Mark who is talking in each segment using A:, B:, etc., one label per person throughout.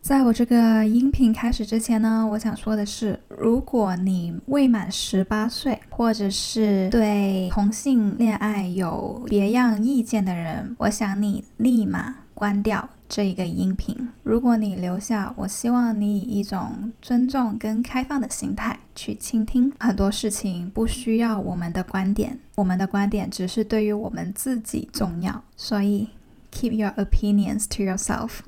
A: 在我这个音频开始之前呢，我想说的是，如果你未满十八岁，或者是对同性恋爱有别样意见的人，我想你立马关掉这一个音频。如果你留下，我希望你以一种尊重跟开放的心态去倾听。很多事情不需要我们的观点，我们的观点只是对于我们自己重要，所以 keep your opinions to yourself 。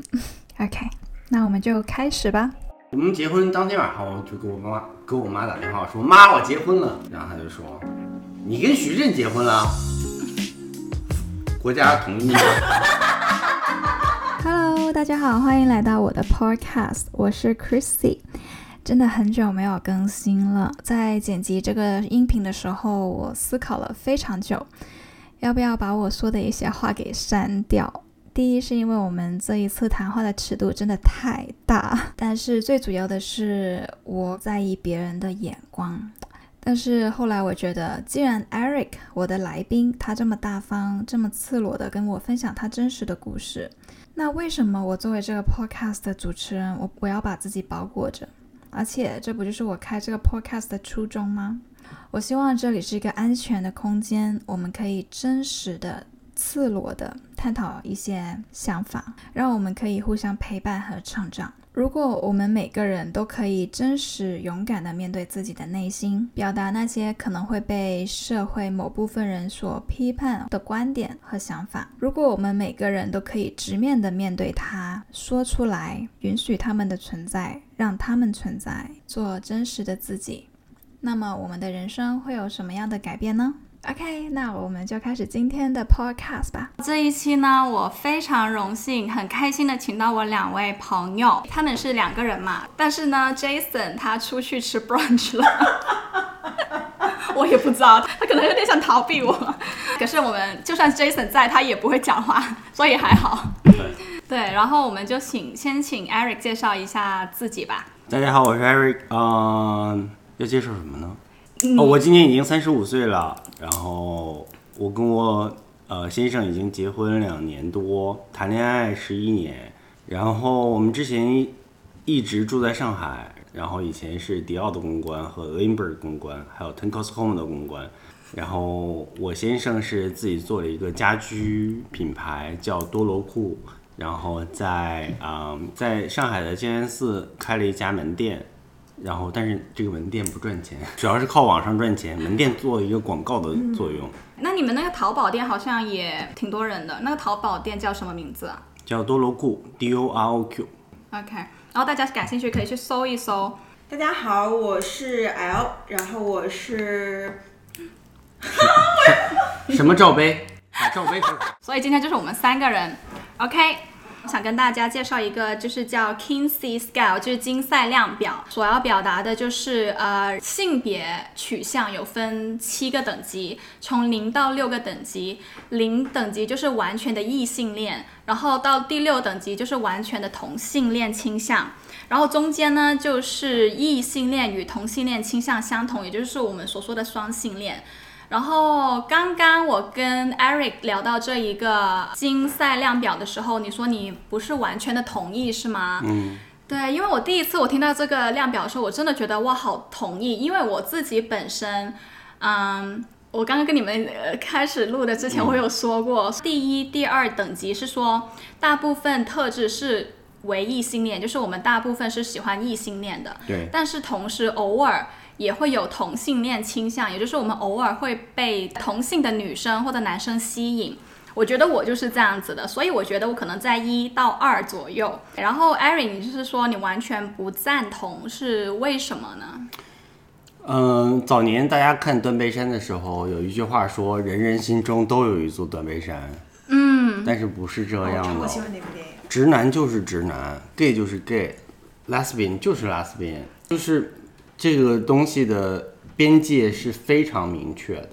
A: OK。那我们就开始吧。
B: 我们结婚当天晚上，我就给我妈给我妈打电话说：“妈，我结婚了。”然后她就说：“你跟徐震结婚了？啊国家同意吗
A: Hello，大家好，欢迎来到我的 Podcast，我是 Chrissy。真的很久没有更新了，在剪辑这个音频的时候，我思考了非常久，要不要把我说的一些话给删掉。第一是因为我们这一次谈话的尺度真的太大，但是最主要的是我在意别人的眼光，但是后来我觉得，既然 Eric 我的来宾他这么大方、这么赤裸的跟我分享他真实的故事，那为什么我作为这个 podcast 的主持人，我我要把自己包裹着？而且这不就是我开这个 podcast 的初衷吗？我希望这里是一个安全的空间，我们可以真实的、赤裸的探讨一些想法，让我们可以互相陪伴和成长。如果我们每个人都可以真实、勇敢地面对自己的内心，表达那些可能会被社会某部分人所批判的观点和想法，如果我们每个人都可以直面地面对它，说出来，允许他们的存在，让他们存在，做真实的自己，那么我们的人生会有什么样的改变呢？OK，那我们就开始今天的 Podcast 吧。
C: 这一期呢，我非常荣幸、很开心的请到我两位朋友，他们是两个人嘛，但是呢，Jason 他出去吃 brunch 了， 我也不知道，他可能有点想逃避我，可是我们就算 Jason 在，他也不会讲话，所以还好。？”对，然后我们就请先请 Eric 介绍一下自己吧。
B: 大家好，我是 Eric。嗯、要介绍什么呢？哦，我今年已经三十五岁了，然后我跟我呃先生已经结婚两年多，谈恋爱十一年，然后我们之前一直住在上海，然后以前是迪奥的公关和 Limber 的公关，还有 Tencos Home 的公关。然后我先生是自己做了一个家居品牌，叫多罗库，然后在啊、在上海的静安寺开了一家门店，然后但是这个门店不赚钱，主要是靠网上赚钱，门店做了一个广告的作用，
C: 那你们那个淘宝店好像也挺多人的，那个淘宝店叫什么名字啊？
B: 叫多罗库 D O R O Q。
C: OK，然后大家感兴趣可以去搜一搜。
D: 大家好，我是 L，然后我是
B: 什么罩杯？把罩杯说出来。
C: 所以今天就是我们三个人，OK。我想跟大家介绍一个，就是叫 Kinsey Scale，就是金赛量表，所要表达的就是呃性别取向有分七个等级，从零到六个等级，零等级就是完全的异性恋，然后到第六等级就是完全的同性恋倾向，然后中间呢就是异性恋与同性恋倾向相同，也就是我们所说的双性恋。然后刚刚我跟 Eric 聊到这一个金赛量表的时候，你说你不是完全的同意是吗？
B: 嗯，
C: 对，因为我第一次我听到这个量表的时候，我真的觉得哇，好同意，因为我自己本身，嗯。我刚刚跟你们呃开始录的之前，我有说过，第一、第二等级是说，大部分特质是为异性恋，就是我们大部分是喜欢异性恋的。
B: 对，
C: 但是同时偶尔也会有同性恋倾向，也就是我们偶尔会被同性的女生或者男生吸引。我觉得我就是这样子的，所以我觉得我可能在一到二左右。然后艾瑞，你就是说你完全不赞同，是为什么呢？
B: 嗯，早年大家看断背山的时候，有一句话说：“人人心中都有一座断背山。”嗯，但是不是这样的
D: 哦我。喜欢哪部电影？
B: 直男就是直男，gay 就是 gay，lesbian 就是 lesbian，就是这个东西的边界是非常明确的，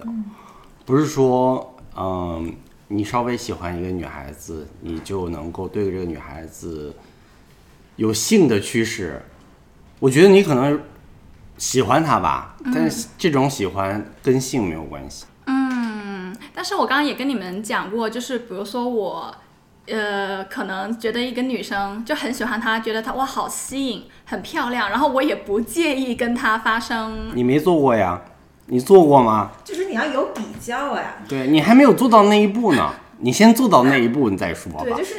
B: 不是说，嗯，你稍微喜欢一个女孩子，你就能够对这个女孩子有性的趋势。我觉得你可能喜欢她吧，但是这种喜欢跟性没有关系。
C: 但是我刚刚也跟你们讲过，就是比如说我呃，可能觉得一个女生就很喜欢她，觉得她哇好吸引，很漂亮，然后我也不介意跟她发生，
B: 你没做过呀？你做过吗？
D: 就是你要有比较呀、
B: 对你还没有做到那一步呢，你先做到那一步，你再说吧
D: 对，。就是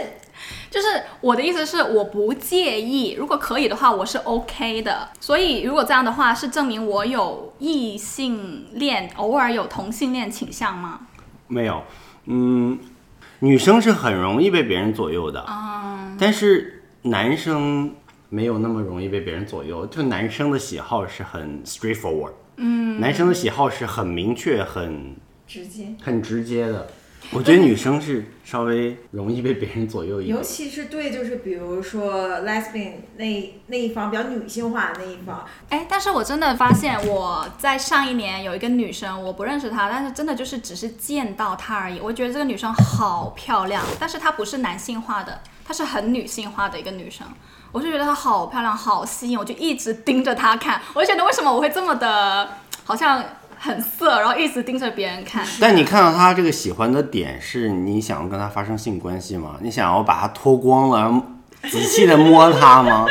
C: 就是我的意思是我不介意，如果可以的话我是 OK 的，所以如果这样的话是证明我有异性恋，偶尔有同性恋倾向吗？
B: 没有，嗯，女生是很容易被别人左右的，
D: 啊
B: 但是男生没有那么容易被别人左右。就男生的喜好是很 straightforward，嗯，男生的喜好是很明确、很
D: 直接，
B: 很直接的。我觉得女生是稍微容易被别人左右一
D: 尤
B: 点。
D: 其是对，就是比如说 lesbian 那那一方比较女性化的那一方，
C: 哎，但是我真的发现我在上一年有一个女生，我不认识她，但是真的就是只是见到她而已。我觉得这个女生好漂亮，但是她不是男性化的，她是很女性化的一个女生。我就觉得她好漂亮，好吸引，我就一直盯着她看。我就觉得为什么我会这么的，好像很色，然后一直盯着别人看。
B: 但你看到他这个喜欢的点是你想要跟他发生性关系吗？你想要把他脱光了，仔细的摸他 吗？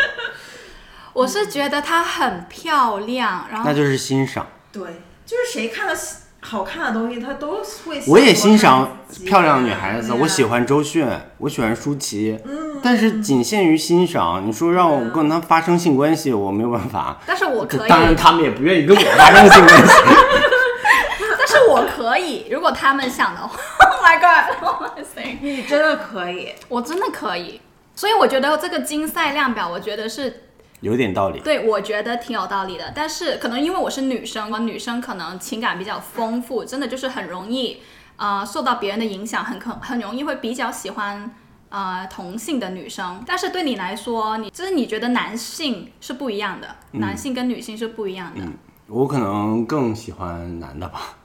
C: 我是觉得她很漂亮，然后
B: 那就是欣赏。
D: 对，就是谁看到喜好看的东西，他都会。
B: 我也欣赏漂亮女孩子，
D: 对啊
B: 我喜欢周迅，我喜欢舒淇，
C: 嗯
B: 但是仅限于欣赏。你说让我跟她发生性关系，我没有办法。
C: 但是嗯我可以，
B: 当然，他们也不愿意跟我发生性关系。
C: 但是我可以，如果他们想的话。Oh my god！Oh my god！
D: 你真的可以，
C: 我真的可以，所以我觉得这个竞赛量表，我觉得是
B: 有点道理，
C: 对我觉得挺有道理的。但是可能因为我是女生，女生可能情感比较丰富，真的就是很容易呃受到别人的影响，很可很容易会比较喜欢。呃，同性的女生，但是对你来说，你就是你觉得男性是不一样的，男性跟女性是不一样的。
B: 我可能更喜欢男的吧。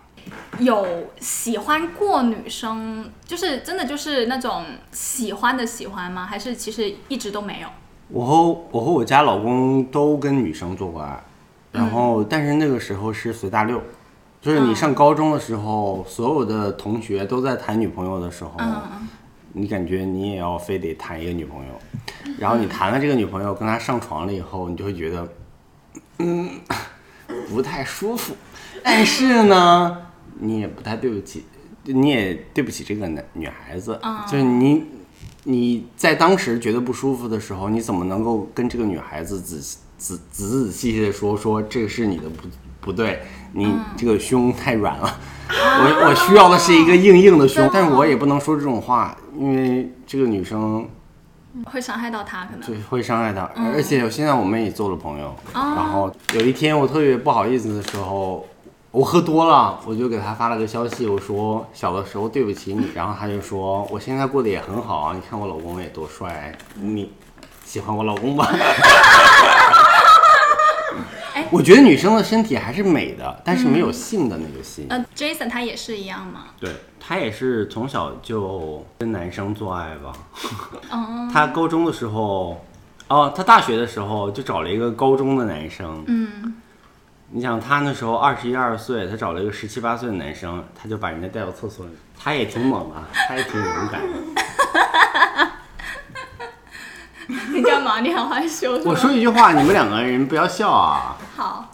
C: 有喜欢过女生，就是真的就是那种喜欢的喜欢吗？还是其实一直都没有？
B: 我和我和我家老公都跟女生做过爱，然后、但是那个时候是随大溜，就是你上高中的时候，所有的同学都在谈女朋友的时候，你感觉你也要非得谈一个女朋友，然后你谈了这个女朋友，跟她上床了以后，你就会觉得，嗯， 不太舒服，但是呢，你也不太对不起，你也对不起这个男女孩子，就是你。你在当时觉得不舒服的时候，你怎么能够跟这个女孩子仔细仔仔仔细细的说说这个是你的不不对，你这个胸太软了，我我需要的是一个硬硬的胸，但是我也不能说这种话，因为这个女生
C: 会伤害到他，可能
B: 就会伤害她，而且现在我们也做了朋友，
C: 嗯哦
B: 然后有一天我特别不好意思的时候。我喝多了，我就给她发了个消息，我说小的时候对不起你，然后她就说我现在过得也很好啊，你看我老公也多 帅，你喜欢我老公吧？我觉得女生的身体还是美的，但是没有性的那个性。
C: 呃，Jason 他也是一样嘛，
B: 对他也是从小就跟男生做爱吧。他高中的时候，哦，他大学的时候就找了一个高中的男生。嗯，你想他那时候二十一二岁，他找了一个十七八岁的男生，他就把人家带到厕所里。他也挺猛啊，他也挺勇敢的。
C: 你干嘛？你好害羞是
B: 我
C: 吗？
B: 说一句话，你们两个人不要笑啊！
C: 好，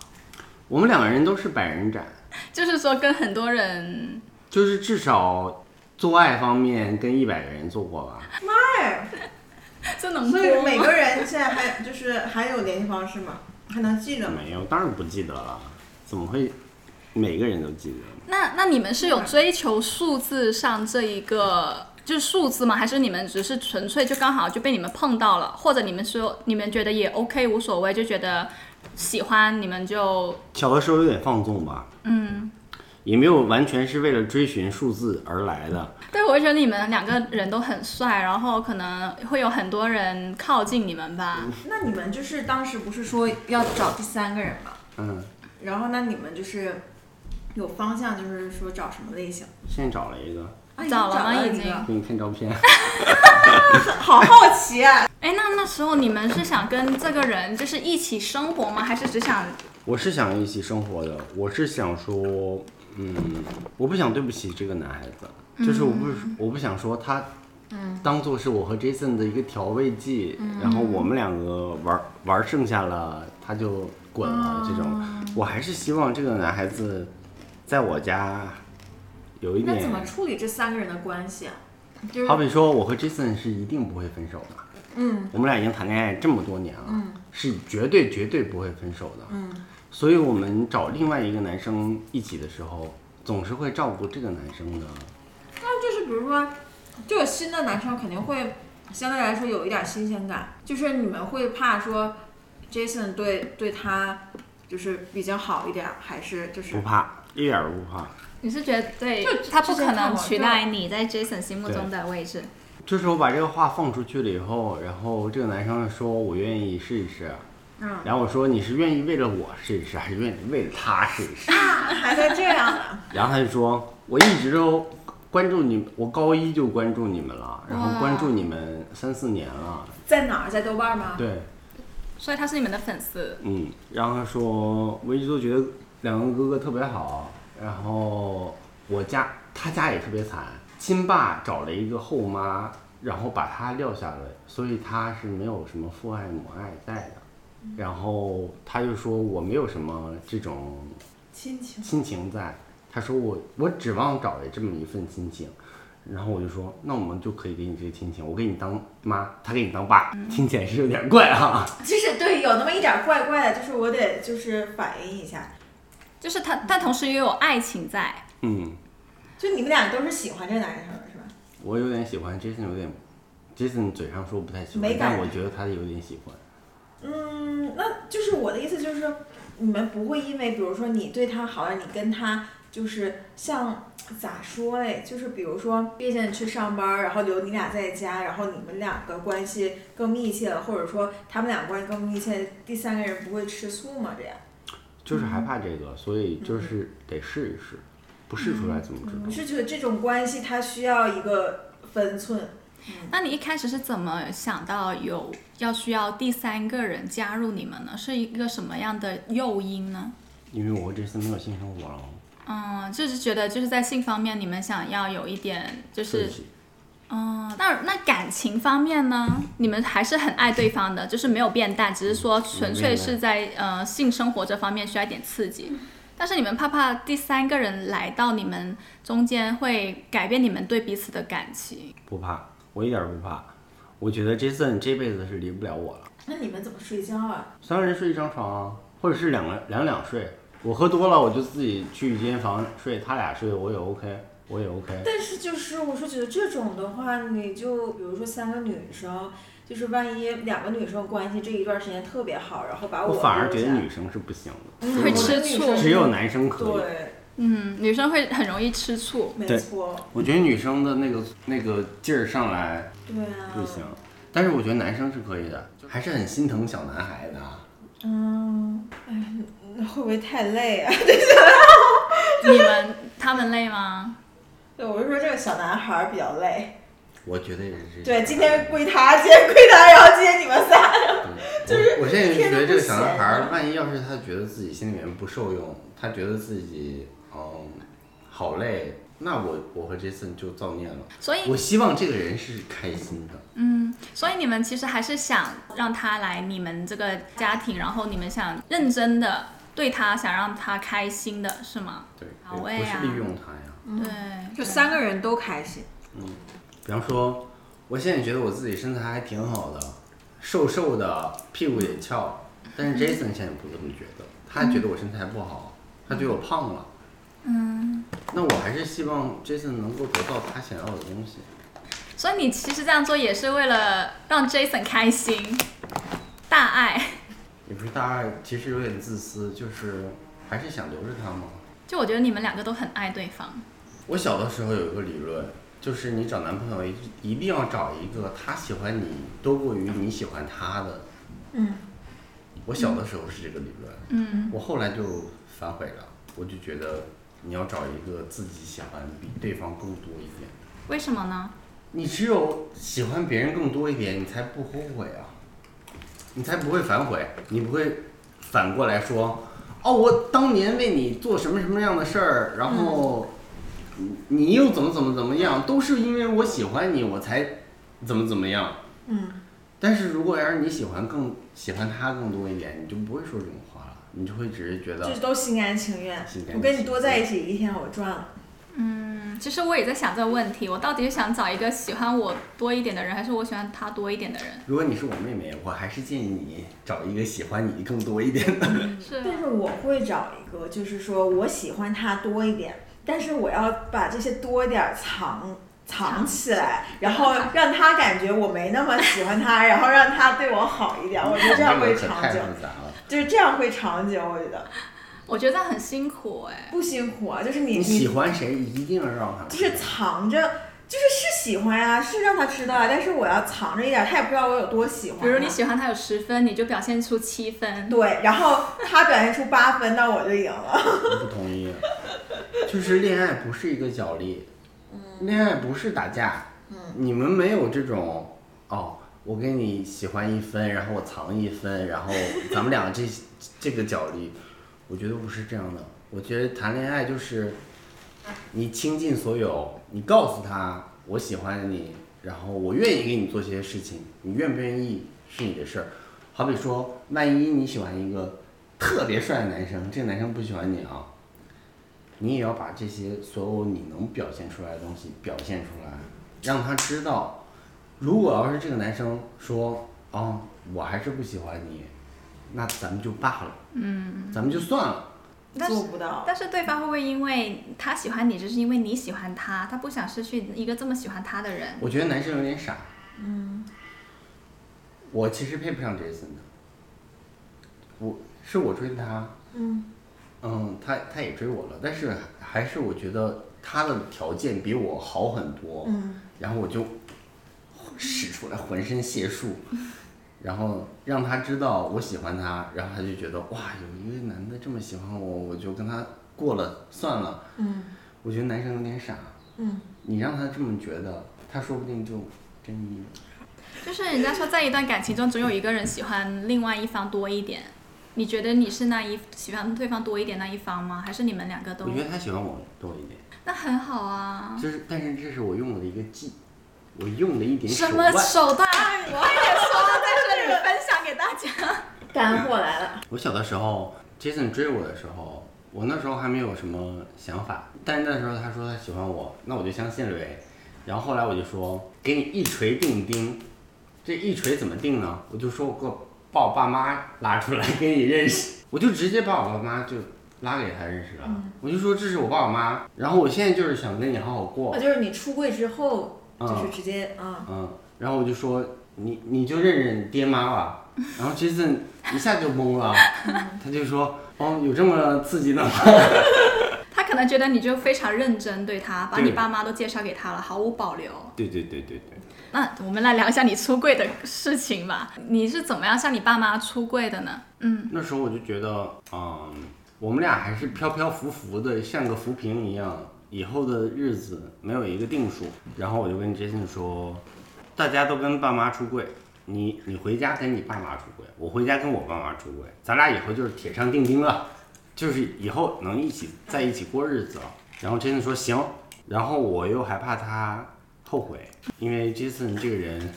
B: 我们两个人都是百人斩，
C: 就是说跟很多人，
B: 就是至少做爱方面跟一百个人做过吧。
D: 妈呀！
C: 这能
D: 所以每
C: 播
D: 个
C: 吗？
D: 人现在还就是还有联系方式吗？还能记着吗？
B: 没有，当然不记得了，怎么会每个人都记得？
C: 那那你们是有追求数字上这一个就是数字吗？还是你们只是纯粹就刚好就被你们碰到了，或者你们说你们觉得也 OK 无所谓，就觉得喜欢你们就
B: 小的时候有点放纵吧，嗯，也没有完全是为了追寻数字而来的。
C: 对，我觉得你们两个人都很帅，然后可能会有很多人靠近你们吧。
B: 嗯
D: 那你们就是当时不是说要找第三个人吗？
B: 嗯，
D: 然后那你们就是有方向，就是说找什么类型？
B: 现在找了一个，
D: 啊，
C: 找了吗
D: 已
C: 已
D: 经
C: 经
D: 找到一
B: 给你看照片。
D: 个好好奇啊！
C: 哎，那那时候你们是想跟这个人就是一起生活吗？还是只想
B: 我是想一起生活的，我是想
D: 嗯
B: 说，嗯，我不想对不起这个男孩子，就是我不、我不想说他当做是我和 Jason 的一个调味剂，
D: 嗯
B: 然后我们两个玩玩剩下了，他就滚
D: 嗯
B: 了这种。我还是希望这个男孩子在我家有一
D: 那
B: 点
D: 怎，么处理这三个人的关系啊？就
B: 嗯
D: 是
B: 好比说我和 Jason 是一定不会分手的。
D: 嗯
B: 我们俩已经谈恋爱这么多年了，是绝对绝对不会分手的。
D: 嗯
B: 所以我们找另外一个男生一起的时候，总是会照顾这个男生的。
D: 那就是比如说，这个新的男生肯定会相对来说有一点新鲜感，就是你们会怕说 Jason 对对他就是比较好一点，还是就是
B: 不怕，一点儿都不怕。
C: 你是觉得对
D: 就
C: 他不可
D: 之前看
C: 能
D: 过
C: 取代你在 Jason 心目
B: 对
C: 中的位置？
B: 就是我把这个话放出去了以后，然后这个男生说我愿意试一试，
D: 嗯，
B: 然后我说你是愿意为了我试一试，还是愿意为了他试一试？
D: 啊还在这样啊呢？
B: 然后他就说我一直都关注你，我高一就关注你们了，然后关注你们三四年了，
D: 在哪儿？在豆瓣吗？
B: 对，
C: 所以他是你们的粉丝，
B: 嗯，然后他说我一直都觉得两个哥哥特别好，然后我家他家也特别惨，亲爸找了一个后妈，然后把他撂下了，所以他是没有什么父爱母爱在的。然后他就说我没有什么这种
D: 亲情。
B: 亲情在，他说我我指望找这么一份亲情。然后我就说，那我们就可以给你这个亲情，我给你当妈，他给你当爸，听起来是有点怪啊。
D: 其实对，有那么一点怪怪的，就是我得就是反应一下，
C: 就是他，但同时也有爱情在。
B: 嗯，
D: 就你们俩都是喜欢这男生的是吧？
B: 我有点喜欢 Jason，有点 Jason 嘴上说不太喜欢
D: 没，感
B: 但
D: 觉
B: 我觉得他有点喜欢。
D: 嗯，那就是我的意思就是，你们不会因为比如说你对他好了，你跟他就是像咋说哎，就是比如说 Jason 去上班，然后留你俩在家，然后你们两个关系更密切了，或者说他们俩关系更密切，第三个人不会吃醋吗？这样
B: 就是害怕这
D: 嗯
B: 个，所以就是得试一试，不试出来怎么知
D: 你
B: 道？
D: 是觉得这种关系它需要一个分寸？
C: 那你一开始是怎么想到有要需要第三个人加入你们呢？是一个什么样的诱因呢？
B: 因为我和 Jason 没有性生活了，
C: 嗯，就是觉得就是在性方面你们想要有一点就
B: 自
C: 是
B: 己
C: 嗯，那那感情方面呢？你们还是很爱对方的，就是没有变淡，只是说纯粹是在呃性生活这方面需要一点刺激。但是你们怕怕第三个人来到你们中间会改变你们对彼此的感情，
B: 不怕，我一点儿不怕。我觉得 Jason 这辈子是离不了我了，
D: 那你们怎么睡觉啊？
B: 三个人睡一张床啊，或者是两个两两睡。我喝多了，我就自己去一间房睡，他俩睡我也 OK，我也 OK。
D: 但是就是我是觉得这种的话，你就比如说三个女生，就是万一两个女生关系这一段时间特别好，然后把
B: 我
D: 我
B: 反而
D: 丢
B: 觉得
D: 下
B: 女生是不行
D: 嗯
C: 会
B: 的，
C: 吃醋
B: 只有男生可以。
D: 对，
C: 嗯，女生会很容易吃醋。
D: 没
B: 对
D: 错，
B: 我觉得女生的那个那个劲儿上来
D: 对啊，
B: 不行，但是我觉得男生是可以的，还是很心疼小男孩的。
D: 嗯，哎，会不会太累啊？
C: 你们他们累吗？
D: 对，我是说这个小男孩儿比较累。
B: 我觉得也是这样。
D: 对，今天归他，今天归他，然后今天你们仨，
B: 就是我现在就觉得这个小男孩
D: 天天
B: 儿，
D: 不
B: 万一要是他觉得自己心里面不受用，他觉得自己嗯好累，那我我和 Jason 就造孽了。
C: 所以
B: 我希望这个人是开心的，
C: 嗯，所以你们其实还是想让他来你们这个家庭，然后你们想认真的对他，想让他开心的是吗？
B: 对，
C: 好
B: 不
C: 喂啊
B: 是利用他呀。
C: 对，
D: 就三个人都开心。
B: 比方说，我现在觉得我自己身材还挺好的，瘦瘦的，屁股也翘。但是 Jason 现在不这么觉得，他觉得我身材不好，他觉得我胖了。
C: 嗯，
B: 那我还是希望 Jason 能够得到他想要的东西。
C: 所以你其实这样做也是为了让 Jason 开心，大爱。
B: 也不是大爱，其实有点自私，就是还是想留着他嘛。
C: 就我觉得你们两个都很爱对方，
B: 我小的时候有一个理论，就是你找男朋友一一定要找一个他喜欢你多过于你喜欢他的。
D: 嗯，
B: 我小的时候是这个理论，
C: 嗯，
B: 我后来就反悔了，我就觉得你要找一个自己喜欢比对方更多一点。
C: 为什么呢？
B: 你只有喜欢别人更多一点，你才不后悔啊，你才不会反悔，你不会反过来说，哦，我当年为你做什么什么样的事儿，然后你你又怎么怎么怎么样，都是因为我喜欢你，我才怎么怎么样。
D: 嗯，
B: 但是如果要是你喜欢更喜欢他更多一点，你就不会说这种话了，你就会只是觉得
D: 就是都心甘情愿
B: 心甘情。愿
D: 我跟你多在一起一天，我赚了。
C: 嗯，其实我也在想这个问题，我到底是想找一个喜欢我多一点的人，还是我喜欢他多一点的人？
B: 如果你是我妹妹，我还是建议你找一个喜欢你更多一点的。
C: 是啊，
D: 但是我会找一个，就是说我喜欢他多一点，但是我要把这些多一点儿藏。藏起来，然后让他感觉我没那么喜欢他，然后让他对我好一点，我觉得这样会
B: 可
D: 长
B: 太
D: 久，
B: 复杂了。
D: 就是这样会长久。我觉得
C: 我觉得很辛苦哎、
D: 不辛苦啊，就是你
B: 你喜欢谁，一定要让他。
D: 就是藏着，就是是喜欢呀、是让他知道啊，但是我要藏着一点，他也不知道我有多喜欢啊。
C: 比如你喜欢他有十分，你就表现出七分。
D: 对，然后他表现出八分，那我就赢了。
B: 我不同意。就是恋爱不是一个角力，
D: 嗯
B: 恋爱不是打架。你们没有这种哦，我跟你喜欢一分，然后我藏一分，然后咱们俩这 这个角力，我觉得不是这样的。我觉得谈恋爱就是你倾尽所有，你告诉他我喜欢你，然后我愿意给你做这些事情，你愿不愿意是你的事儿。好比说，万一你喜欢一个特别帅的男生，这个男生不喜欢你啊，你也要把这些所有你能表现出来的东西表现出来，让他知道。如果要是这个男生说啊、我还是不喜欢你，那咱们就罢了，嗯，咱们就算了。
C: 但是
D: 做不到。
C: 但是对方会不会因为他喜欢你，只是因为你喜欢他，他不想失去一个这么喜欢他的人？
B: 我觉得男生有点傻。嗯。我其实配不上 Jason 的，我是我追他，
D: 嗯，
B: 嗯，他他也追我了，但是还是我觉得他的条件比我好很多，
D: 嗯，
B: 然后我就使出来浑身解 数，然后让他知道我喜欢他，然后他就觉得哇，有一个男的这么喜欢我，我就跟他过了算了。
D: 嗯
B: 我觉得男生有点傻，
D: 嗯，
B: 你让他这么觉得，他说不定就真腻了。
C: 就是人家说，在一段感情中，总有一个人喜欢另外一方多一点。你觉得你是那一喜欢对方多一点那一方吗？还是你们两个都
B: 我？觉得他喜欢我多一点，
C: 那很好啊。
B: 就是但是这是我用的一个技，我用了一点
C: 什
B: 手
C: 么
B: 腕。
C: 手段？我也说在这里分享给大家。
D: 干货来了。
B: 我小的时候，Jason 追我的时候，我那时候还没有什么想法，但是那时候他说他喜欢我，那我就相信了呗。然后后来我就说，给你一锤定钉，这一锤怎么定呢？我就说我给我把我爸妈拉出来给你认识，我就直接把我爸妈就拉给他认识了。我就说这是我爸我妈，然后我现在就是想跟你好好过
D: 那，就是你出柜之后，就是
B: 嗯
D: 直接啊，
B: 嗯，然后我就说你你就认认爹妈吧。然后 Jason 一下就懵了，他就说哦，有这么刺激的吗？
C: 他可能觉得你就非常认真对他，把
B: 对
C: 你爸妈都介绍给他了，毫无保留。
B: 对对对对对，
C: 那我们来聊一下你出柜的 事情吧。你是怎么样向你爸妈出柜的呢？嗯，
B: 那时候我就觉得，嗯，我们俩还是飘飘浮浮的，像个浮萍一样，以后的日子没有一个定数。然后我就跟 Jason 说，大家都跟爸妈出柜，你你回家跟你爸妈出柜，我回家跟我爸妈出柜，咱俩以后就是铁上钉钉了，就是以后能一起在一起过日子了。然后 Jason 说行，然后我又害怕他后悔，因为 Jason 这个人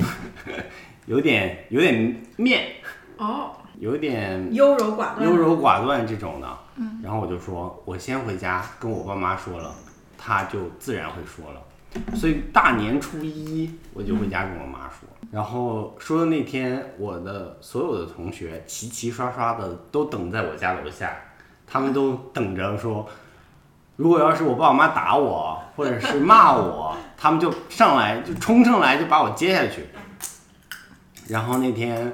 B: 有点有点面。
D: 哦，
B: 有点
D: 优柔寡断，
B: 优柔寡断这种的。然后我就说，我先回家跟我爸妈说了，他就自然会说了。所以大年初一我就回家跟我妈说，然后说的那天，我的所有的同学齐齐刷刷的都等在我家楼下，他们都等着说，如果要是我爸我妈打我或者是骂我，他们就上来就冲上来就把我接下去。然后那天，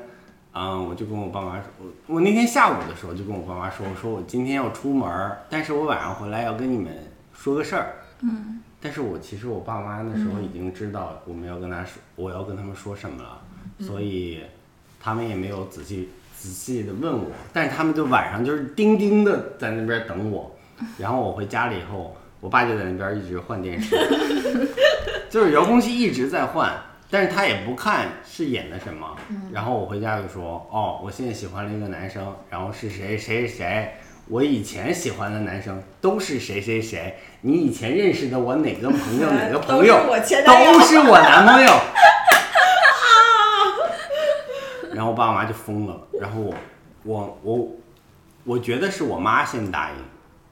B: 嗯，我就跟我爸妈说，我我那天下午的时候就跟我爸妈说，我说我今天要出门儿，但是我晚上回来要跟你们说个事儿。嗯。但是我其实我爸妈那时候已经知道我们要跟他说，我要跟他们说什么了，所以他们也没有仔细仔细的问我，但是他们就晚上就是叮叮的在那边等我，然后我回家了以后，我爸就在那边一直换电视， 就是遥控器一直在换，但是他也不看是演的什
D: 嗯
B: 么。然后我回家就说，哦，我现在喜欢了一个男生，然后是谁谁谁，我以前喜欢的男生都是谁谁谁，你以前认识的我哪个朋友哪个朋友
D: 都是我前男友
B: 都是我男朋 友。然后我爸妈就疯了，然后我我我我觉得是我妈先答应，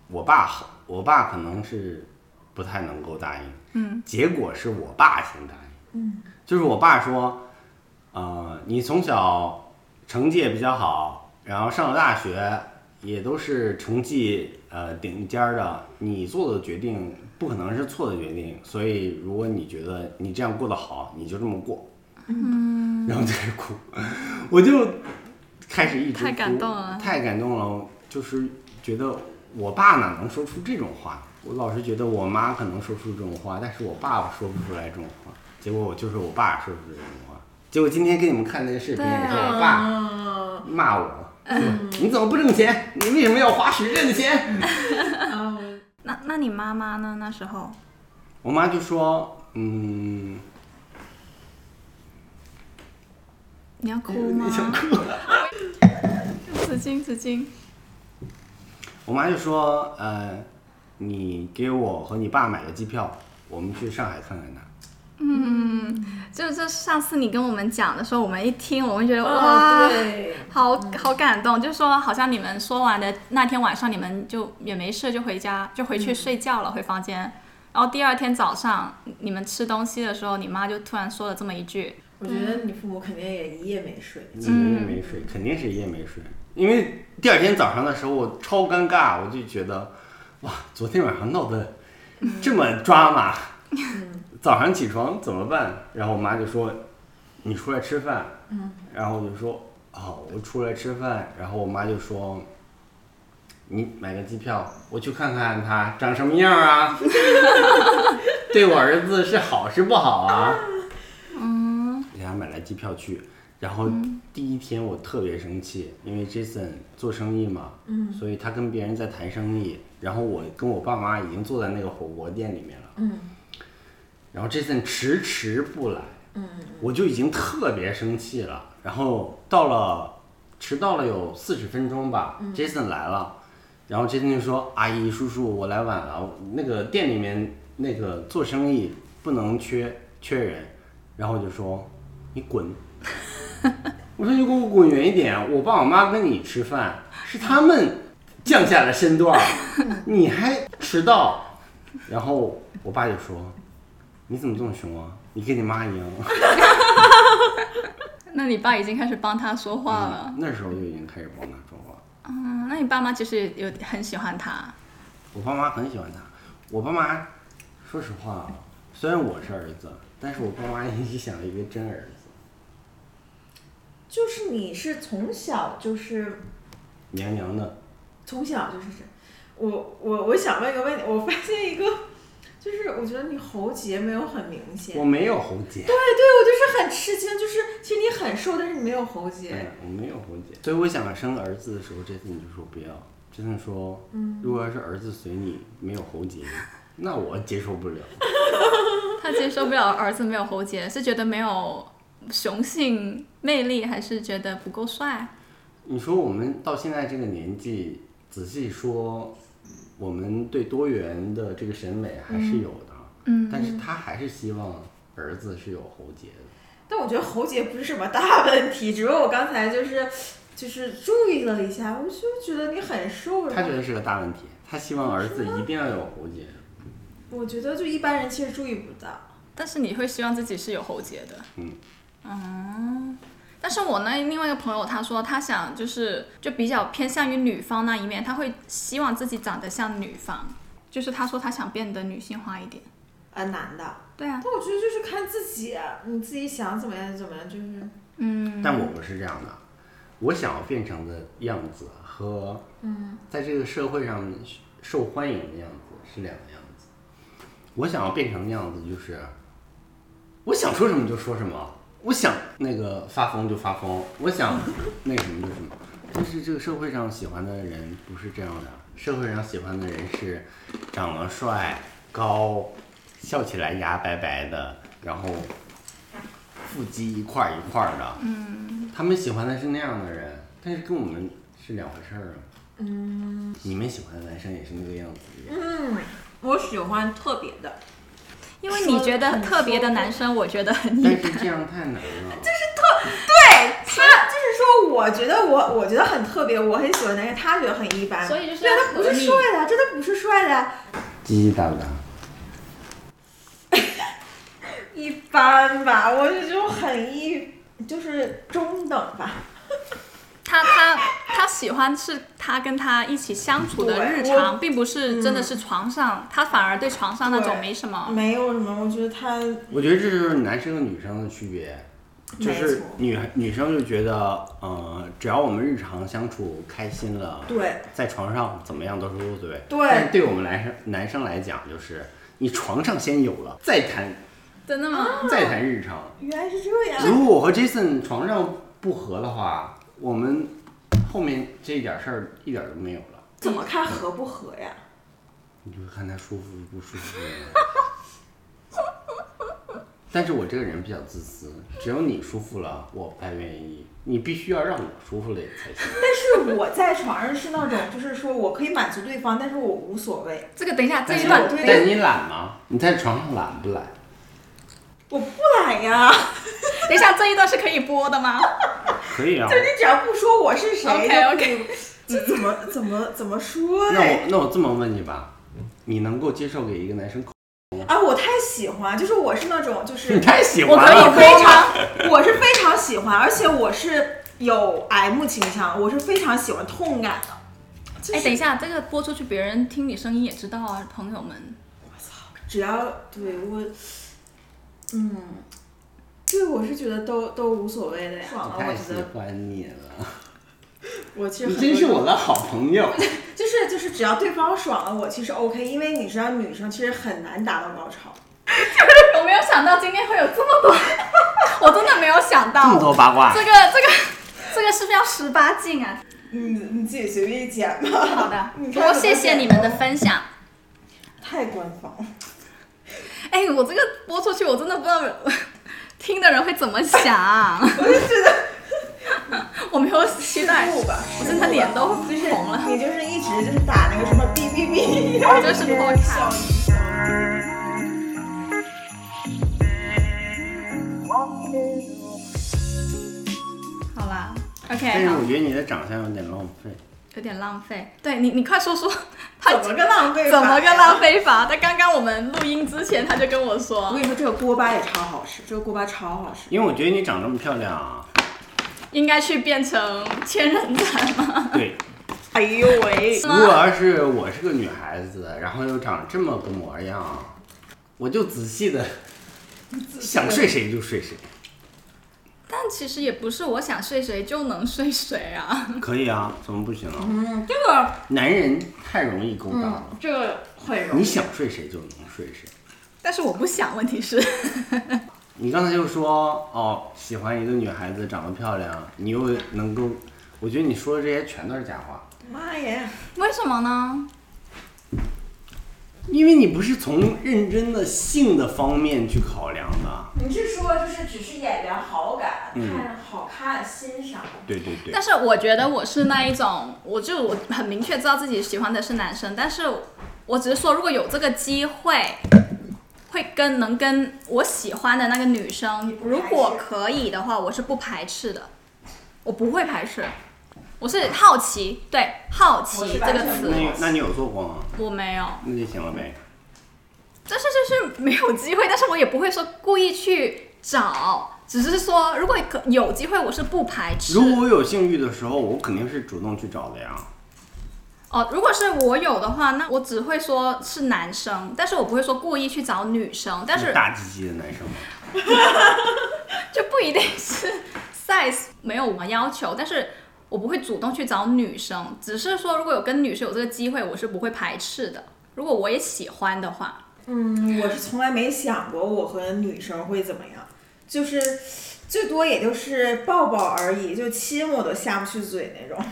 B: 我爸好，我爸可能是不太能够答应，嗯，结果是我爸先答应，嗯，就是我爸说，呃，你从小成绩也呃比较好，然后上了大学也都是成绩呃顶尖儿的，你做的决定不可能是错的决定，所以如果你觉得你这样过得好，你就这么过，嗯， 然后在这哭，我就开始一直
C: 太感
B: 哭
C: 动了
B: 太感动了，就是觉得我爸哪能说出这种话？我老是觉得我妈可能说出这种话，但是我爸说不出来这种话。结果我就是我爸说出这种话。结果今天给你们看那个视频，也是我爸
D: 嗯
B: 骂我，说你怎么不挣钱？你为什么要花时间的钱？
D: 嗯，
C: 那那你妈妈呢？那时候
B: 我妈就说，嗯，
C: 你要 哭吗？
B: 啊
C: 紫金，紫金，
B: 我妈就说，呃，你给我和你爸买个机票，我们去上海看看他。
C: 就就上次你跟我们讲的时候，我们一听，我们觉得、
D: 哦
C: 哇，
D: 对，
C: 好好感动。就说好像你们说完的那天晚上，你们就也没事，就回家，就回去睡觉了，回房间。然后第二天早上，你们吃东西的时候，你妈就突然说了这么一句，
D: 我觉得你父母肯定也一夜没睡。
B: 一夜没睡，肯定是一夜没睡，因为第二天早上的时候我超尴尬，我就觉得，哇，昨天晚上闹得这么抓马，早上起床怎么办？然后我妈就说，你出来吃饭，然后我就说，哦，我出来吃饭，然后我妈就说。你买个机票，我去看看他长什么样啊？对我儿子是好是不好啊？嗯，给他买来机票去，然后第一天我特别生气，因为 Jason 做生意嘛，嗯，所以他跟别人在谈生意，然后我跟我爸妈已经坐在那个火锅店里面了，
D: 嗯，
B: 然后 Jason 迟迟不来，嗯，我就已经特别生气了，然后到了迟到了有四十分钟吧、j a s o n 来了，然后 Jason 就说：“阿姨叔叔，我来晚了，那个店里面那个做生意不能缺缺人。”然后我就说：“你滚。”我说你给我滚远一点！我爸我妈跟你吃饭，是他们降下了身段儿，你还迟到。然后我爸就说：“你怎么这么凶啊？你跟你妈一样。啊
C: 那你爸已经开始帮他说话了。
B: 嗯”那时候就已经开始帮他说话了。
C: 嗯，那你爸妈其实有很喜欢他，
B: 我爸妈很喜欢他。我爸妈，说实话，啊，虽然我是儿子，但是我爸妈一直想一个真儿子。
D: 就是你是从小就是
B: 娘娘的，
D: 从小就是这，我我我想问一个问题，我发现一个，就是我觉得你喉结没有很明显。
B: 我没有喉结。
D: 对对，我就是很吃惊，就是其实你很瘦，但是你没有喉
B: 对
D: 结。，
B: 哎我没有喉结，所以我想生儿子的时候，这次你就说不要。这次说，如果要是儿子随你没有喉结，那我接受不了。
C: 他接受不了儿子没有喉结，是觉得没有雄性魅力，还是觉得不够帅？
B: 你说我们到现在这个年纪，仔细说，我们对多元的这个审美还是有的，嗯，但是他还是希望儿子是有喉结的。
D: 但我觉得喉结不是什么大问题，只不过我刚才就是就是注意了一下，我就觉得你很瘦。
B: 他觉得是个大问题，他希望儿子一定要有喉结。
D: 我觉得就一般人其实注意不到。
C: 但是你会希望自己是有喉结的。
B: 嗯。
C: 嗯但是我那另外一个朋友他说他想就是就比较偏向于女方那一面，他会希望自己长得像女方，就是他说他想变得女性化一点。
D: 啊，男的，
C: 对啊
D: 但，我觉得就是看自己、啊你自己想怎么样就怎么样，就是
C: 嗯，
B: 但我不是这样的，我想要变成的样子和在这个社会上受欢迎的样子是两个样子。我想要变成的样子就是，我想说什么就说什么，我想那个发疯就发疯，我想那个什么就什么。但是这个社会上喜欢的人不是这样的，社会上喜欢的人是长得帅、高、笑起来牙白白的，然后腹肌一块儿一块儿的，他们喜欢的是那样的人，但是跟我们是两回事儿啊。
D: 嗯
B: 你们喜欢的男生也是那个样子的，
D: 嗯，我喜欢特别的，
C: 因为你觉得特别的男生，我觉得很一
B: 但是
C: 般。
B: 这样太难了。
D: 对他就是说，我觉得我我觉得很特别，我很喜欢，但是他觉得很一般，
C: 所以就是
D: 对
C: 要
D: 他不是
C: 合理
D: 帅的，真的不是帅的，
B: 鸡鸡大不大？
D: 一般吧，我就就很一就是中等吧。
C: 他他他喜欢是他跟他一起相处的日
D: 对
C: 常，并不是真的是床上，他反而对床上那种没什么。
D: 没有什么，我觉得他
B: 我觉得这就是男生和女生的区别，就
D: 没
B: 是
D: 错
B: 女孩女生就觉得，呃，只要我们日常相处开心了，
D: 对
B: 在床上怎么样都是无所谓。
D: 对
B: 但对我们男生男生来讲，就是你床上先有了，再谈
C: 真的吗？
B: 再谈日常。
D: 原来是这样，
B: 如果我和 Jason 床上不合的话，我们后面这一点事儿一点都没有了。
D: 怎么看合不合呀？
B: 你就看他舒服不舒服。但是我这个人比较自私，只有你舒服了，我不太愿意。你必须要让我舒服了才行。
D: 但是我在床上是那种，就是说我可以满足对方，但是我无所谓，
C: 这个等一下这
B: 但
C: 一
B: 是
C: 段
B: 我，
D: 对
B: 但你懒吗？你在床上懒不懒？
D: 我不懒呀。
C: 等一下这一段是可以播的吗？
B: 可以啊
D: 就。你只要不说我是谁
C: OK，OK
D: 就可以这怎么怎么怎么说
B: 那我
D: 嘞？
B: 那我这么问你吧，你能够接受给一个男生口？
D: 啊，我太喜欢，就是我是那种，就是
B: 你太喜欢
C: 我
B: 了。
C: 可以非常
D: 我是非常喜欢，而且我是有 M 倾向，我是非常喜欢痛感的。就
C: 哎，
D: 是
C: 等一下，这个播出去，别人听你声音也知道啊，朋友们。
D: 只要对我，嗯，对我是觉得都都无所谓的呀。爽了，
B: 太
D: 我
B: 喜
D: 觉得
B: 欢你了，
D: 我其实
B: 你
D: 很
B: 真是
D: 多
B: 我的好朋友。
D: 就是就是只要对方爽了，我其实 OK，因为你知道女生其实很难达到高潮。
C: 我没有想到今天会有这么多， 我真的没有想
B: 这么
C: 到。
B: 多八卦
C: 哦这，个这个这个是不是要十八禁啊？
D: 你你自己随便剪吧。
C: 好的，
D: 你
C: 不
D: 看
C: 过
D: 怎么
C: 谢谢
D: 剪
C: 你们的
D: 哦
C: 分享。
D: 太官方了。
C: 哎，我这个播出去，我真的不知道 听的人会怎么想、我就觉得 我没有期待，
D: 录吧，
C: 我真的脸都
D: 就是
C: 红了。
D: 你就是一直就是打那个什么哔哔哔，然后
C: 就是不好看
D: 笑一笑。
C: 好啦
B: 但
C: ，OK，
B: 是
C: 好
B: 我，觉得你的长相有点浪费。
C: 有点浪费。对你，你快说 说，他
D: 怎么个浪费？
C: 怎么个浪？费法？在刚刚我们录音之前，他就跟我
D: 我
C: 说
D: 跟，你说，这个锅巴也超好吃，这个锅巴超好吃。
B: 因为我觉得你长这么漂亮啊，
C: 应该去变成千人斩吗？
B: 对，
D: 哎呦喂！
B: 如果要是我是个女孩子，然后又长这么个模样，我就仔细的想睡谁就睡谁。
C: 但其实也不是我想睡谁就能睡谁啊。
B: 可以啊，怎么不行啊？
D: 嗯，这个
B: 男人太容易勾搭了，
D: 这个很容
B: 你
C: 嗯
D: 易。
B: 想睡谁就能睡谁。
C: 但是我不想，问题是，
B: 你刚才就说哦，喜欢一个女孩子长得漂亮，你又能够，我觉得你说的这些全都是假话，
D: 妈耶！
C: 为什么呢？
B: 因为你不是从认真的性的方面去考量的。
D: 你是说就是只是眼缘好感，
B: 嗯
D: 看好看欣赏？
B: 对对对
C: 但，是我觉得我是那一种，我就我很明确知道自己喜欢的是男生，但是我只是说如果有这个机会，会跟能跟我喜欢的那个女
D: 你
C: 生，
D: 不排斥
C: 如果可以的话，我是不排斥的，我不会排斥，我是好奇，对好
D: 我
C: 奇
D: 是
C: 这
D: 完
C: 个
D: 全
C: 词
B: 那你那你有做过吗？
C: 我没有，
B: 那就行了呗。
C: 但是就是没有机会，但是我也不会说故意去找，只是说如果可有机会，我是不排斥。
B: 如果我有性欲的时候，我肯定是主动去找的呀。
C: 哦，如果是我有的话，那我只会说是男生，但是我不会说故意去找女生，但是
B: 大鸡鸡的男生吗？
C: 就不一定是 size 没有我要求，但是我不会主动去找女生，只是说如果有跟女生有这个机会，我是不会排斥的。如果我也喜欢的话，
D: 嗯，我是从来没想过我和女生会怎么样，就是最多也就是抱抱而已，就亲我都下不去嘴那种。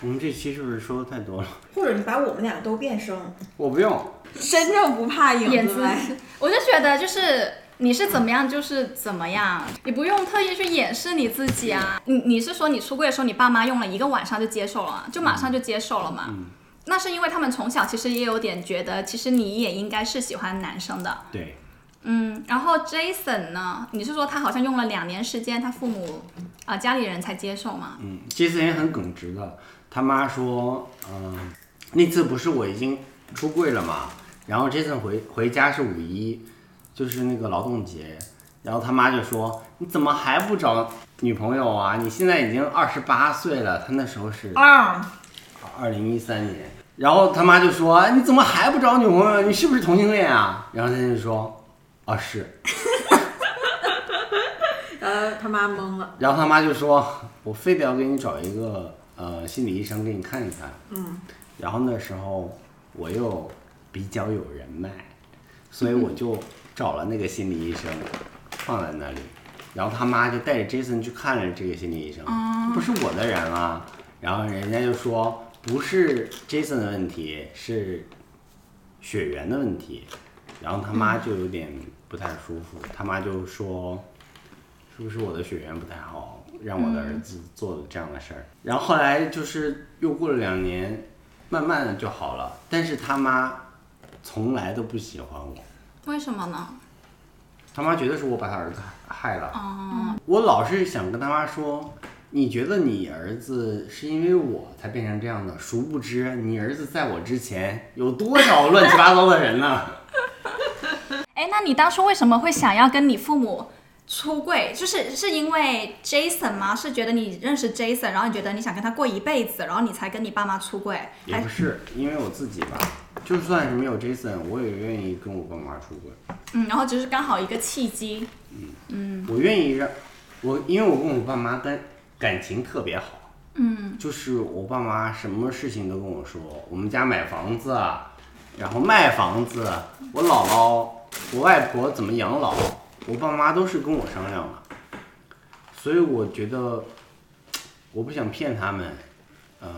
B: 我们这期是不是说的太多了？
D: 或者你把我们俩都变声，
B: 我不用，
D: 真正不怕
C: 眼
D: 影
C: 子
D: 子歪。，
C: 我就觉得就是你是怎么样就是怎么样，你不用特意去掩饰你自己啊。你你是说你出柜的时候，你爸妈用了一个晚上就接受了，就马上就接受了嘛？那是因为他们从小其实也有点觉得，其实你也应该是喜欢男生的。
B: 对，
C: 嗯，然后 Jason 呢？你是说他好像用了两年时间，他父母啊、家里人才接受吗？
B: 嗯，这次也很耿直的，他妈说，嗯、那次不是我已经出柜了嘛，然后这次回回家是五一，就是那个劳动节，然后他妈就说，你怎么还不找女朋友啊？你现在已经二十八岁了，他那时候是
D: 啊，
B: 二零一三年，然后他妈就说：“哎你怎么还不找女朋友？你是不是同性恋啊？”然后他就说：“啊是。
D: 呃，他妈懵了，”
B: 然后他妈就说：“我非得要给你找一个呃心理医生给你看一看。”嗯。然后那时候我又比较有人脉，所以我就找了那个心理医生，放在那里。然后他妈就带着 Jason 去看了这个心理医生，不是我的人啊。然后人家就说不是 Jason 的问题，是血缘的问题。然后他妈就有点不太舒服，他妈就说是不是我的血缘不太好，让我的儿子做了这样的事儿。然后后来就是又过了两年，慢慢的就好了。但是他妈从来都不喜欢我，
C: 为什么呢？
B: 他妈觉得是我把他儿子害了。我老是想跟他妈说，你觉得你儿子是因为我才变成这样的，殊不知你儿子在我之前有多少乱七八糟的人呢？
C: 哎，那你当初为什么会想要跟你父母出柜？就是是因为 Jason 吗？是觉得你认识 Jason，然后你觉得你想跟他过一辈子，然后你才跟你爸妈出柜？
B: 也
C: 哎
B: 不，是，因为我自己吧，就算是没有 Jason，我也愿意跟我爸妈出轨。
C: 嗯，然后只是刚好一个契机。
B: 我愿意让，我因为我跟我爸妈感感情特别好，嗯，就是我爸妈什么事情都跟我说，我们家买房子，啊，然后卖房子，啊我姥姥、我外婆怎么养老，我爸妈都是跟我商量了，所以我觉得我不想骗他们，呃，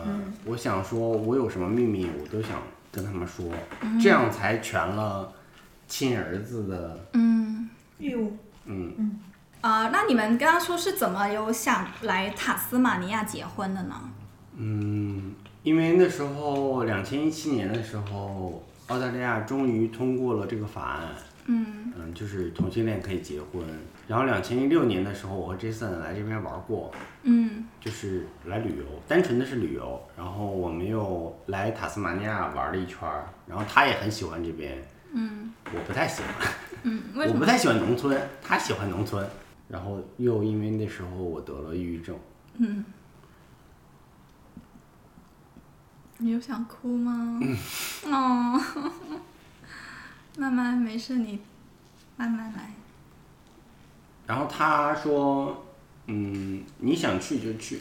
B: 我想说我有什么秘密我都想跟他们说，这样才全了亲儿子的嗯
D: 哟，
C: 呃，那你们当初是怎么有想来塔斯马尼亚结婚的呢？
B: 因为那时候两千一七年的时候，澳大利亚终于通过了这个法案，嗯就是同性恋可以结婚。然后两千一六年的时候，我和 Jason 来这边玩过，嗯，就是来旅游，单纯的是旅游。然后我们又来塔斯马尼亚玩了一圈儿，然后他也很喜欢这边，嗯，我不太喜欢，
C: 嗯，为
B: 我
C: 什么
B: 不？太喜欢农村，他喜欢农村。然后又因为那时候我得了抑郁症，
C: 你有想哭吗？哦， 慢慢没事，你慢慢来。
B: 然后他说，嗯，你想去就去，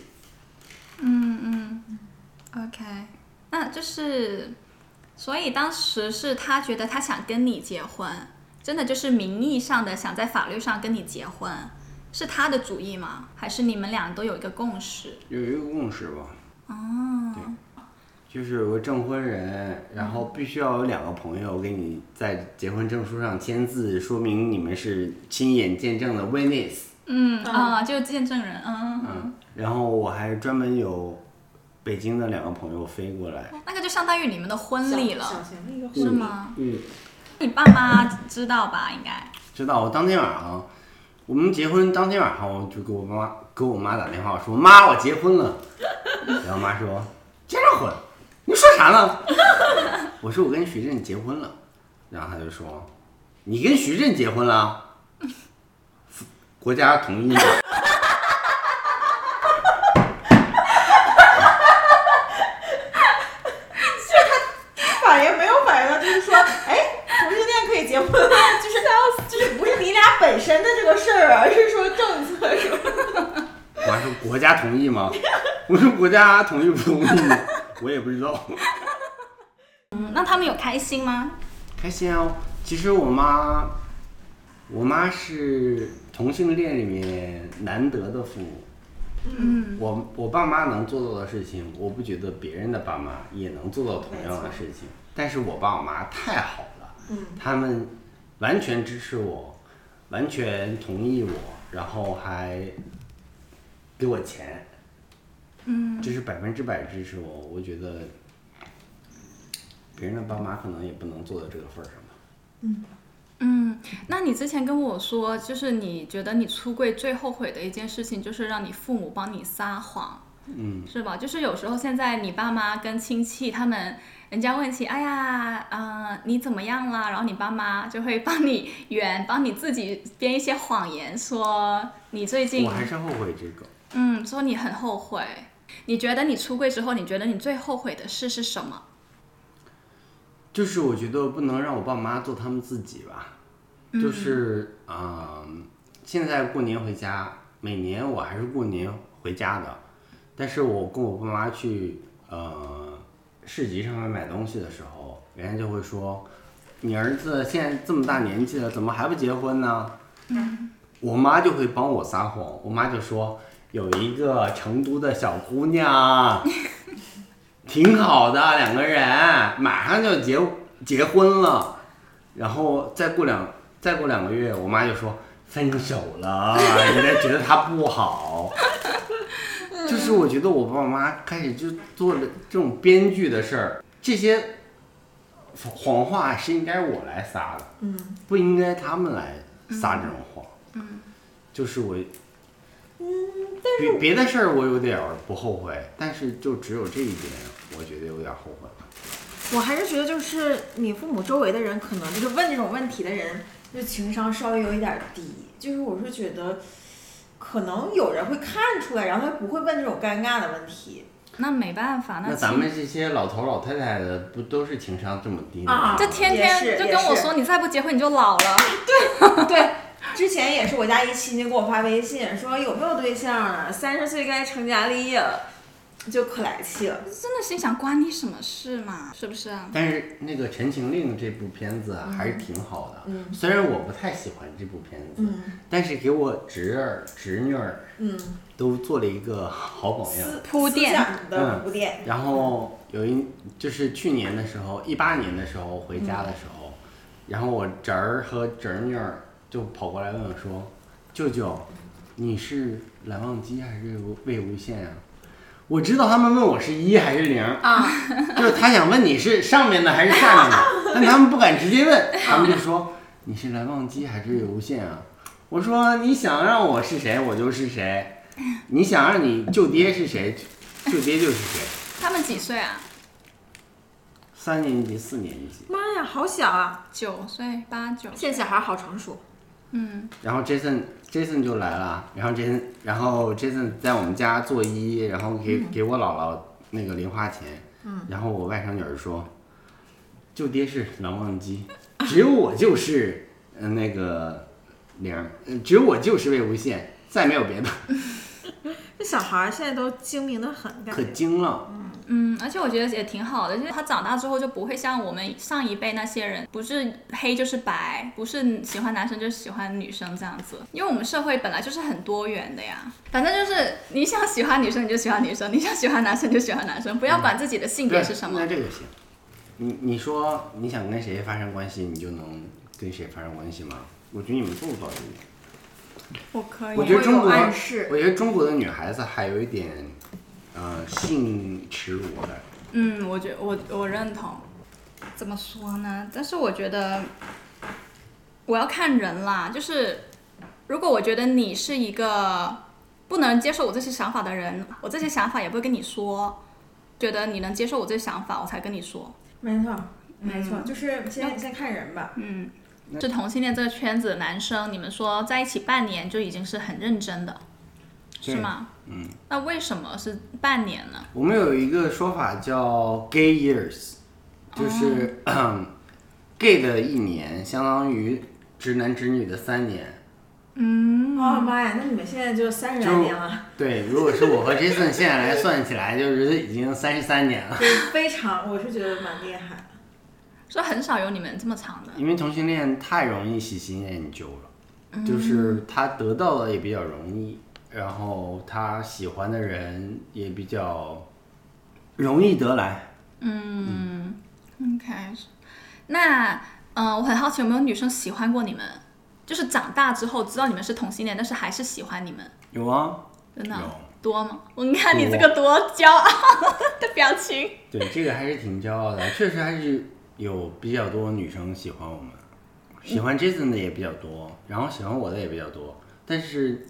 C: 嗯嗯，OK，那就是，所以当时是他觉得他想跟你结婚，真的就是名义上的想在法律上跟你结婚，是他的主意吗？还是你们俩都有一个共识？
B: 有一个共识吧。对，就是有个证婚人，然后必须要有两个朋友给你在结婚证书上签字，说明你们是亲眼见证的 witness。
C: 嗯
D: 嗯
C: 啊、就是见证人，嗯，
B: 嗯，然后我还专门有北京的两个朋友飞过来。
C: 那个就相当于你们的婚礼
D: 小哎
C: 了，
D: 型的一个
C: 是
D: 婚礼，
C: 吗？
B: 嗯，
C: 你爸妈知道吧？应该。
B: 知道我当天晚上，我们结婚当天晚上，我就给我妈给我妈打电话说：“妈，我结婚了。” 然后妈说：“结啥婚？你说啥呢？” 我说：“我跟徐震结婚了。”然后她就说：“你跟徐震结婚了？国家同意吗？”
D: 反应没有反应到，就是说，哎，同性恋可以结婚，就是就是不是你俩本身的这个事儿，而是说政策什么的。
B: 我妈说：“国家同意吗？”我说：“国家同意不同意？ 我也不知道。”
C: 嗯，那他们有开心吗？
B: 开心啊！其实我妈，我妈是同性恋里面难得的父母。嗯，我我爸妈能做到的事情，我不觉得别人的爸妈也能做到同样的事情。但是我爸我妈太好了，
D: 嗯
B: 他们完全支持我，完全同意我，然后还给我钱，嗯，这是百分之百支持我。我觉得别人的爸妈可能也不能做到这个份儿上吧。
C: 嗯，那你之前跟我说，就是你觉得你出柜最后悔的一件事情，就是让你父母帮你撒谎，
B: 嗯，
C: 是吧？就是有时候现在你爸妈跟亲戚他们，人家问起，哎呀，呃，你怎么样啦？然后你爸妈就会帮你 圆，帮你自己编一些谎言，说你最近
B: 我还是后悔这个。
C: 嗯，说你很后悔。你觉得你出柜之后，你觉得你最后悔的事是什么？
B: 就是我觉得不能让我爸妈做他们自己吧，就是嗯、现在过年回家，每年我还是过年回家的，但是我跟我爸妈去呃市集上面买东西的时候，人家就会说，你儿子现在这么大年纪了，怎么还不结婚呢？
C: 嗯
B: 我妈就会帮我撒谎，我妈就说有一个成都的小姑娘，挺好的，两个人马上就结结婚了，然后再过两再过两个月，我妈就说分手了，人家觉得她不好。就是我觉得我爸妈开始就做了这种编剧的事儿，这些谎话是应该我来撒的，
D: 嗯，
B: 不应该他们来撒这种谎。嗯，就是我，嗯，别别的事儿我有点儿不后悔，但是就只有这一点，我觉得有点儿后悔了。
D: 我还是觉得，就是你父母周围的人，可能就是问这种问题的人，就情商稍微有一点儿低。就是我是觉得，可能有人会看出来，然后他不会问这种尴尬的问题。
C: 那没办法，
B: 那
C: 亲
B: 咱们这些老头儿老太太的，不都是情商这么低吗？
D: 啊
C: 这天
D: 也是
C: 天就
D: 也
C: 跟我
D: 是
C: 说，你再不结婚你就老了。
D: 对，之前也是我家一亲戚给我发微信说有没有对象啊，三十岁该成家立业了，就可来气了。
C: 真的心想关你什么事嘛？是不是啊？
B: 但是那个《陈情令》这部片子啊
C: 嗯
B: 还是挺好的，虽然我不太喜欢这部片子，
C: 嗯
B: 但是给我侄儿侄女儿
D: 嗯，
B: 都做了一个好榜样。
D: 思
C: 铺垫
D: 思想的
B: 嗯
D: 铺垫。
B: 然后有一就是去年的时候，一八年的时候回家的时候，然后我侄儿和侄儿女儿就跑过来问我说：“舅舅，你是蓝忘机还是魏无羡啊？”我知道他们问我是一还是零啊，就是他想问你是上面的还是下面的，但他们不敢直接问，他们就说你是蓝忘机还是魏无羡啊？我说你想让我是谁，我就是谁；你想让你舅爹是谁，舅爹就是谁。
C: 他们几岁啊？
B: 三年级、四年级，
D: 妈呀，好小啊！
C: 九岁、八九。
D: 现在小孩好成熟。
C: 嗯，
B: 然后 Jason Jason 就来了，然后 Jason 然后 Jason 在我们家做揖，然后
C: 嗯
B: 给、给我姥姥那个零花钱，然后我外甥女儿说，舅爹是蓝忘机，只有我就是嗯那个零儿，嗯只有我就是魏无羡，再没有 别的，
D: 这小孩现在都精明的很，感
B: 可
D: 觉。
B: 精了。
C: 嗯，而且我觉得也挺好的，就是他长大之后就不会像我们上一辈那些人，不是黑就是白，不是喜欢男生就喜欢女生这样子。因为我们社会本来就是很多元的呀，反正就是你想喜欢女生你就喜欢女生，你想喜欢男生就喜欢男生，不要管自己的性
B: 嗯
C: 别
B: 对，
C: 是什
B: 那
C: 么。
B: 这个行，你你说你想跟谁发生关系，你就能跟谁发生关系吗？我觉得你们做不到这一点。
C: 我可
B: 我觉得中国，
D: 会有暗示
B: 我觉得中国的女孩子还有一点，呃，性耻辱的。
C: 嗯，我觉我我认同。怎么说呢？但是我觉得我要看人啦，就是如果我觉得你是一个不能接受我这些想法的人，我这些想法也不会跟你说。觉得你能接受我这些想法，我才跟你说。
D: 没错，没错，就是先先看人吧。
C: 嗯，是同性恋这个圈子，男生你们说在一起半年就已经是很认真的，是
B: 对
C: 吗？嗯。那为什么是半年呢？
B: 我们有一个说法叫 “gay years”，就是、gay 的一年相当于直男直女的三年。
D: 哦妈呀，那你们现在就三十来
B: 就
D: 年了，
B: 对，如果是我和 Jason 现在来算起来，就是已经三十三年了。
D: 就是非常，我是觉得蛮厉害的。
C: 说很少有你们这么长的。
B: 因为同性恋太容易喜新厌旧了，就是他得到的也比较容易，然后他喜欢的人也比较容易得来。
C: OK，那嗯、呃我很好奇有没有女生喜欢过你们？就是长大之后知道你们是同性恋，但是还是喜欢你们，
B: 有啊，
C: 真的
B: 有
C: 多吗？我看你这个多骄傲的表情，
B: 对，这个还是挺骄傲的，确实还是有比较多女生喜欢我们，喜欢 Jason 的也比较多，然后喜欢我的也比较多，但是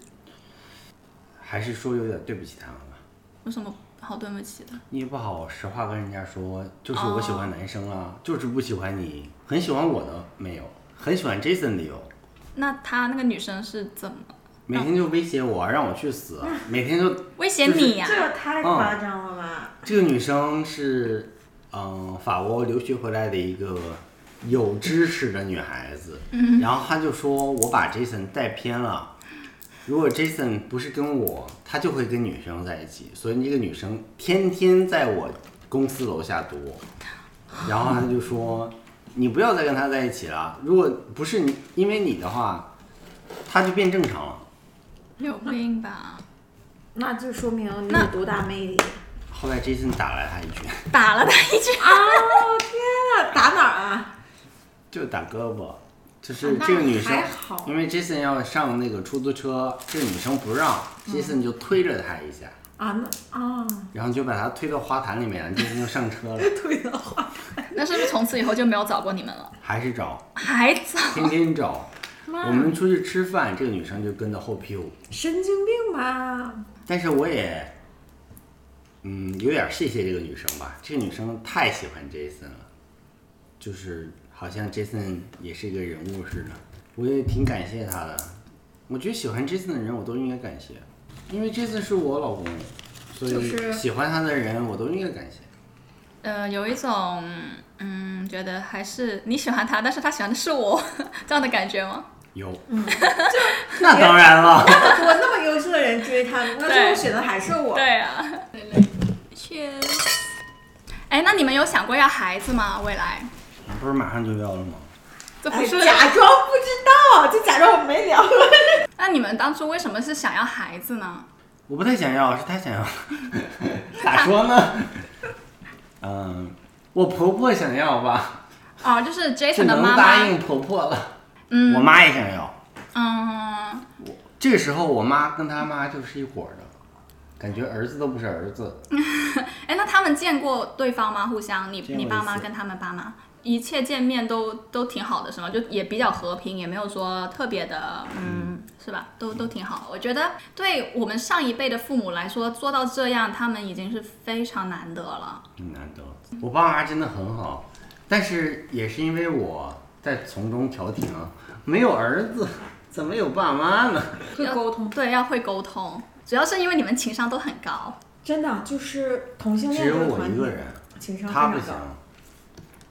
B: 还是说有点对不起他们吧。
C: 有什么好对不起的？
B: 你也不好实话跟人家说，就是我喜欢男生啊就是不喜欢你。很喜欢我的没有，很喜欢 Jason 的有，
C: 那他那个女生是怎么
B: 每天就威胁我，让我去死，啊每天就
C: 威胁你呀、
D: 这个
B: 嗯
D: 太夸张了吧？
B: 这个女生是，嗯、法国留学回来的一个有知识的女孩子。嗯。然后她就说：“我把 Jason 带偏了，如果 Jason 不是跟我，他就会跟女生在一起。所以那个女生天天在我公司楼下堵我。然后她就说：‘你不要再跟他在一起了，如果不是你因为你的话，他就变正常了。’
C: 有病吧？
D: 那就说明你
C: 那
D: 有多大魅力
B: 后来 Jason 打了她一拳，
C: 打了他一拳，
D: 啊！天啊，打哪儿啊？
B: 就打胳膊，就是
D: 啊那
B: 这个女生
D: 还好，
B: 因为 Jason 要上那个出租车，这个女生不让、j
D: 嗯
B: a s o n 就推着她一下，
D: 啊那啊，
B: 然后就把她推到花坛里面，Jason 就上车了，
D: 对的话，
C: 那是不是从此以后就没有找过你们了？
B: 还是找，
C: 还找？
B: 天天找。我们出去吃饭，这个女生就跟着后屁股，
D: 神经病吧？
B: 但是我也，嗯，有点谢谢这个女生吧，这个女生太喜欢 Jason 了，就是好像 Jason 也是一个人物似的，我也挺感谢她的。我觉得喜欢 Jason 的人，我都应该感谢，因为 Jason 是我老公，所
D: 就
B: 以
D: 是
B: 喜欢他的人，我都应该感谢。
C: 呃，有一种嗯，觉得还是你喜欢他，但是他喜欢的是我 这样的感觉吗？
B: 有，
D: 嗯
B: 那当然了，
D: 我那么优秀的人追他，那最后
C: 对
D: 选的还是我。
C: 对啊，确实。哎，那你们有想过要孩子吗？未来？
B: 不是马上就要了吗？
C: 这不
D: 哎，
C: 是？
D: 假装不知道，就假装我没聊过。
C: 那你们当初为什么是想要孩子呢？
B: 我不太想要，是她想要， 咋说呢？嗯，我婆婆想要吧。
C: 哦，就是
B: 不
C: Jason 的
B: 能
C: 妈
B: 答
C: 妈，
B: 应婆婆了。嗯，我妈也想要。
C: 嗯，
B: 这个时候，我妈跟她妈就是一伙儿的，感觉儿子都不是儿子。
C: 哎，那他们见过对方吗？互相，你
B: 见过
C: 你爸
B: 一
C: 妈
B: 次
C: 跟他们爸妈，一切见面都都挺好的，是吗？就也比较和平，也没有说特别的，嗯，是吧？都都挺好。我觉得对我们上一辈的父母来说，做到这样，他们已经是非常难得了。
B: 挺难得。我爸妈真的很好，但是也是因为我在从中调停，没有儿子，怎么有爸妈呢？
D: 会沟通，
C: 对，要会沟通，主要是因为你们情商都很高。
D: 真的就是同性恋
B: 只有
D: 这个
B: 我
D: 团
B: 一
D: 体
B: 个人，
D: 情商非
B: 他不
D: 常
B: 行
D: 高。。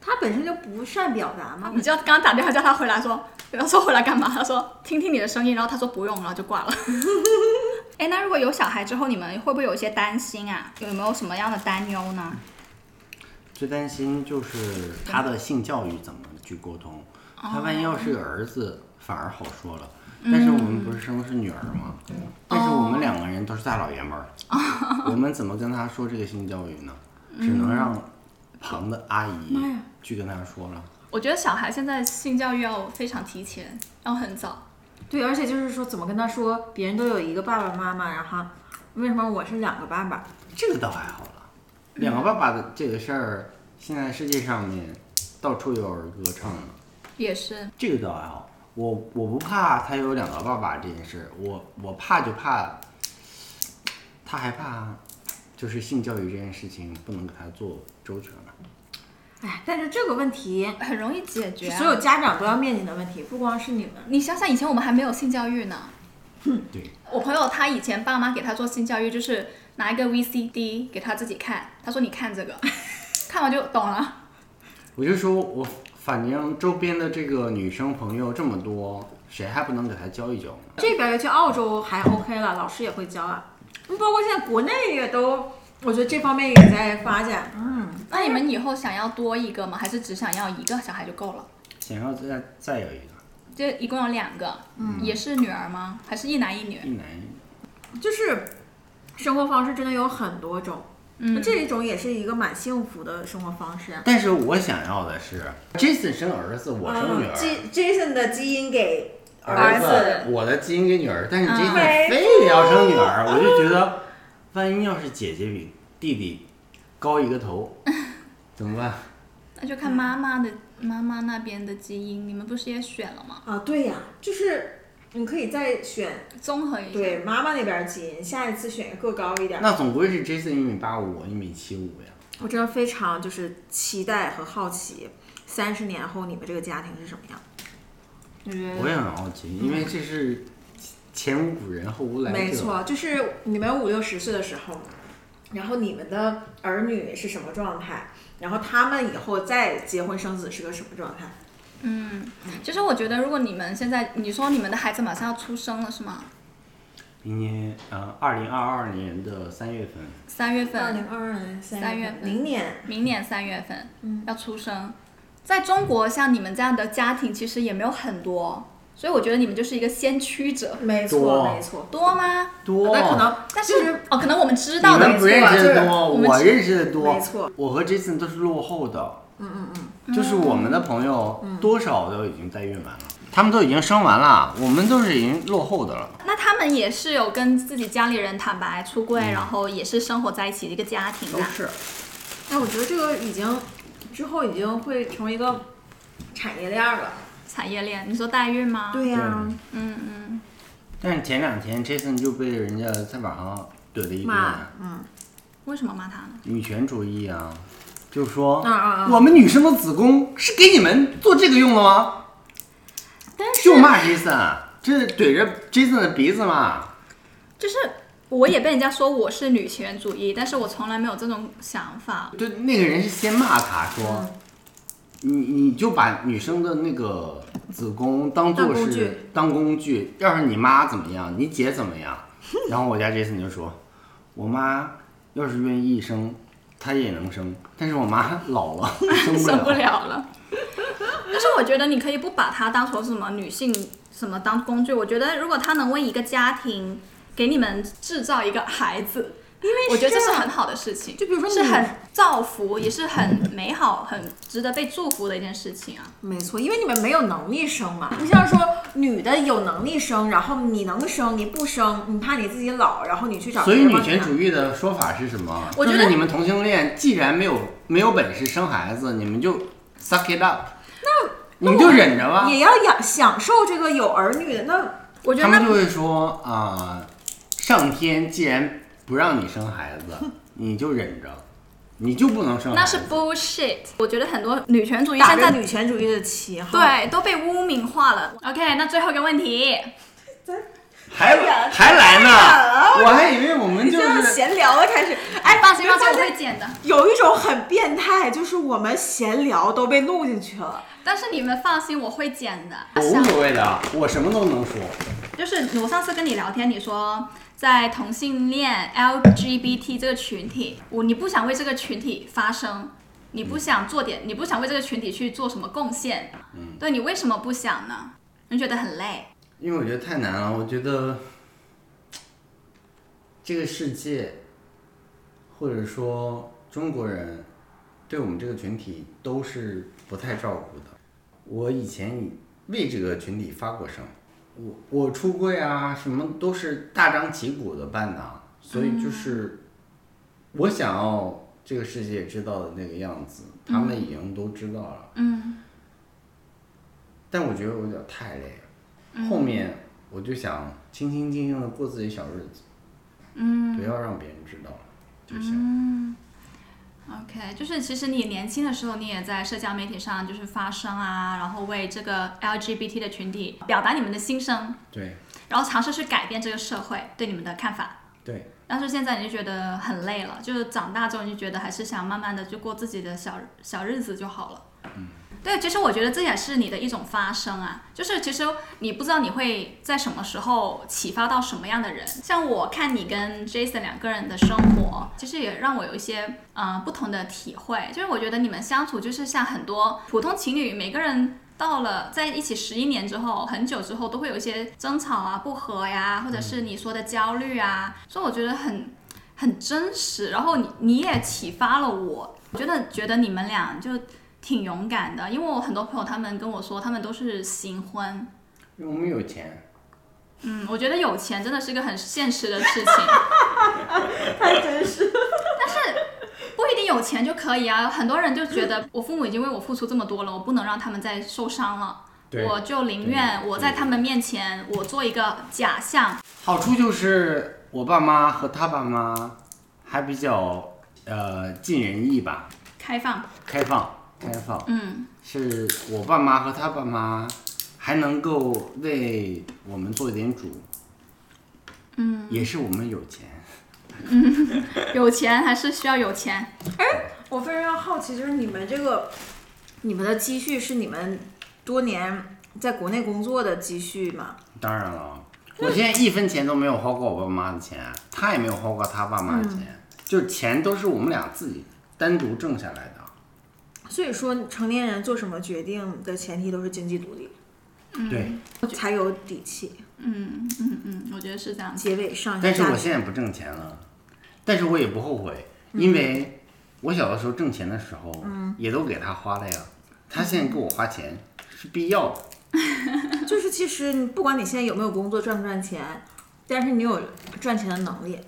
D: 他本身就不善表达嘛
C: 你就刚刚打电话叫他回来说，他说回来干嘛？他说听听你的声音，然后他说不用，然后就挂 了。哎，那如果有小孩之后，你们会不会有一些担心啊？有没有什么样的担忧呢？
B: 最担心就是他的性教育怎么去沟通。
D: 哦
B: 他万一要是个儿子，反而好说了。但是我们不是生的是女儿吗？
D: 嗯
B: 但是
D: 哦
B: 我们两个人都是大老爷们 儿，我们怎么跟他说这个性教育呢？只能让旁的阿姨
D: 嗯妈呀
B: 去跟他说了。
C: 我觉得小孩现在性教育要非常提前，要很早。
D: 对，而且就是说，怎么跟他说，别人都有一个爸爸妈妈，然后为什么我是两个爸爸？
B: 这个倒还好了，两个
D: 嗯
B: 爸爸的这个事儿，现在世界上面到处有儿歌唱呢。
C: 也是，
B: 这个倒还好，我我不怕他有两个爸爸这件事，我我怕就怕他害怕，就是性教育这件事情不能给他做周全了。
D: 哎，但是这个问题
C: 很容易解
D: 是
C: 决、啊
D: 所有家长都要面临的问题，不光是你们。
C: 你想想，以前我们还没有性教育呢。
B: 对，
C: 我朋友他以前爸妈给他做性教育，就是拿一个 VCD 给他自己看，他说你看这个，看完就懂了。
B: 我就说我反正周边的这个女生朋友这么多，谁还不能给他教一教呢？
D: 这边尤其澳洲还 OK 了，老师也会教啊。包括现在国内也都，我觉得这方面也在发展。嗯，
C: 那你们以后想要多一个吗？还是只想要一个小孩就够了？
B: 想要再再有一个
C: 就一共有两个，嗯，也是女儿吗？还是一男一女？
B: 一男
D: 就是生活方式真的有很多种，嗯，这一种也是一个蛮幸福的生活方式。啊
B: 但是我想要的是，Jason 生儿子，我生女
D: 啊
B: 儿，
D: J Jason 的基因给儿
B: 子，
D: 子
B: 我的基因给女儿，但是这一
C: 嗯
B: 代
D: 没
B: 非得要生女儿，我就觉得，万一要是姐姐比弟弟高一个 头，怎么办？
C: 那就看妈妈的妈妈那边的基因，你们不是也选了吗？
D: 啊，对呀，就是你可以再选
C: 综合一下。
D: 对妈妈那边儿基因，下一次选一个更高一点儿。
B: 那总归是 Jason 一米八五，我一米七五呀。
D: 我真的非常就是期待和好奇，三十年后你们这个家庭是什么样？
B: 我也很好奇，因为这是前无古人后无来者。
D: 嗯没错，就是你们五六十岁的时候，然后你们的儿女是什么状态，然后他们以后再结婚生子是个什么状态？
C: 嗯，其实我觉得，如果你们现在，你说你们的孩子马上要出生了是吗？
B: 明年呃，二零二二年的三月份，
C: 三月份，
D: 二二年
C: 三月份
D: 明年
C: 明年三月份，
D: 嗯
C: 要出生。在中国，像你们这样的家庭其实也没有很多，所以我觉得你们就是一个先驱者，
D: 没
B: 多
D: 错没错，
C: 多吗？
B: 多
D: 那可能
C: 但是、
D: 就是
C: 哦，可能我们知道
B: 你
C: 的
B: 们不认识
D: 就是
B: 的多，
C: 啊我们
B: 我
C: 知
B: 认识的多，
D: 没错。
B: 我和 Jason 都是落后的，嗯嗯嗯，就是我们的朋友多少都已经代孕完了，他们都已经生完了，我们都是已经落后的了。
C: 那他们也是有跟自己家里人坦白出柜，然后也是生活在一起的一个家庭啊的。
B: 嗯是，
D: 哎，我觉得这个已经之后已经会成为一个产业链儿了。
C: 产业链，你说代孕吗？，
D: 对啊呀、
B: 对
C: 嗯嗯，
B: 但是前两天 Jason 就被人家在网上怼了一顿，
D: 妈，嗯，
C: 为什么骂他呢？
B: 女权主义啊，就说、
D: 啊啊啊
B: 我们女生的子宫是给你们做这个用的吗？
C: 但是
B: 就骂 Jason，这怼着 Jason 的鼻子骂。
C: 就是我也被人家说我是女权主义，但是我从来没有这种想法。
B: 对，那个人是先骂他说，你你就把女生的那个子宫当做
D: 当工具
B: 是当工具，要是你妈怎么样，你姐怎么样，然后我家 Jason 就说，我妈要是愿意生，她也能生，但是我妈老了生不
C: 受
B: 了。
C: 不了了。 但是我觉得你可以不把它当成什么女性什么当工具，我觉得如果它能为一个家庭给你们制造一个孩子，因为我觉得这是很好的事情，
D: 就比如说
C: 是
D: 你
C: 很造福，也是很美好、很值得被祝福的一件事情啊。
D: 没错，因为你们没有能力生嘛。不像说女的有能力生，然后你能生，你不生，你怕你自己老，然后你去找
B: 所
D: 别
B: 以
D: 人帮
B: 女
D: 你
B: 权
D: 拿
B: 主义的说法是什么？
C: 我觉
B: 就
C: 得
B: 是你们同性恋既然没有没有本事生孩子，你们就 suck it up，那你们就忍着吧。
D: 也要养享受这个有儿女的那
C: 我觉
B: 他
C: 得
B: 们就
C: 那
B: 会说啊、上天既然不让你生孩 子，你就忍着，你就不能生孩子。
C: 那是 bullshit。我觉得很多女权主义
D: 打
C: 现
D: 着
C: 在
D: 女权主义的旗号。，
C: 对都被污名化了。OK，那最后一个问题，
B: 还还来呢，我还以为我们就
D: 就是
B: 是
D: 闲聊了开始。哎，
C: 放心，放心，
D: 发
C: 我
D: 现
C: 会剪的。
D: 有一种很变态，就是我们闲聊都被录进去了。
C: 但是你们放心，我会剪的。
B: 我无所谓的，我什么都能说。
C: 就是我上次跟你聊天，你说在同性恋 LGBT 这个群体，我你不想为这个群体发声，你不想做点，你不想为这个群体去做什么贡献，嗯，对你为什么不想呢？你觉得很累，
B: 因为我觉得太难了，我觉得这个世界，或者说中国人，对我们这个群体都是不太照顾的。我以前以为这个群体发过声，我我出柜啊，什么都是大张旗鼓的办的啊，所以就是我想要这个世界知道的那个样子，他们已经都知道了。
C: 嗯，
B: 但我觉得我有点太累了。后面我就想清清静静的过自己小日子，嗯，不要让别人知道就行。
C: OK，就是其实你年轻的时候，你也在社交媒体上就是发声啊，然后为这个 LGBT 的群体表达你们的心声，
B: 对
C: 然后尝试去改变这个社会对你们的看法。
B: 对，
C: 但是现在你就觉得很累了，就是长大之后你就觉得还是想慢慢的就过自己的小小日子就好了。嗯，对，其实我觉得这也是你的一种发声啊，就是其实你不知道你会在什么时候启发到什么样的人。像我看你跟 Jason 两个人的生活，其实也让我有一些呃不同的体会，就是我觉得你们相处就是像很多普通情侣，每个人。到了在一起十一年之后，很久之后都会有一些争吵啊、不和呀，或者是你说的焦虑啊，所以我觉得很很真实。然后你你也启发了我，我觉得觉得你们俩就挺勇敢的，因为我很多朋友他们跟我说，他们都是新婚，
B: 因为我们有钱。
C: 嗯，我觉得有钱真的是一个很现实的事情，
D: 太真实了。
C: 不一定有钱就可以啊。很多人就觉得我父母已经为我付出这么多了，我不能让他们再受伤了，我就宁愿
B: 对
C: 我在他们面前我做一个假象。
B: 好处就是我爸妈和他爸妈还比较呃尽人意吧，
C: 开放，
B: 开放开放，
C: 嗯，
B: 是我爸妈和他爸妈还能够为我们做点主，嗯，也是我们有钱，
C: 有钱还是需要有钱。
D: 我非常好奇，就是你们这个，你们的积蓄是你们多年在国内工作的积蓄吗？
B: 当然了，我现在一分钱都没有花过我爸妈的钱，他也没有花过他爸妈的钱，就是钱都是我们俩自己单独挣下来的。
D: 所以说，成年人做什么决定的前提都是经济独立，
B: 对，
D: 才有底气。
C: 嗯嗯嗯，我觉得是这样子。
D: 结尾上一下
B: 但是我
D: 大学
B: 现在不挣钱了，但是我也不后悔，因为我小的时候挣钱的时候，也都给他花了呀。他现在给我花钱是必要的，
D: 就是其实你不管你现在有没有工作赚不赚钱，但是你有赚钱的能力，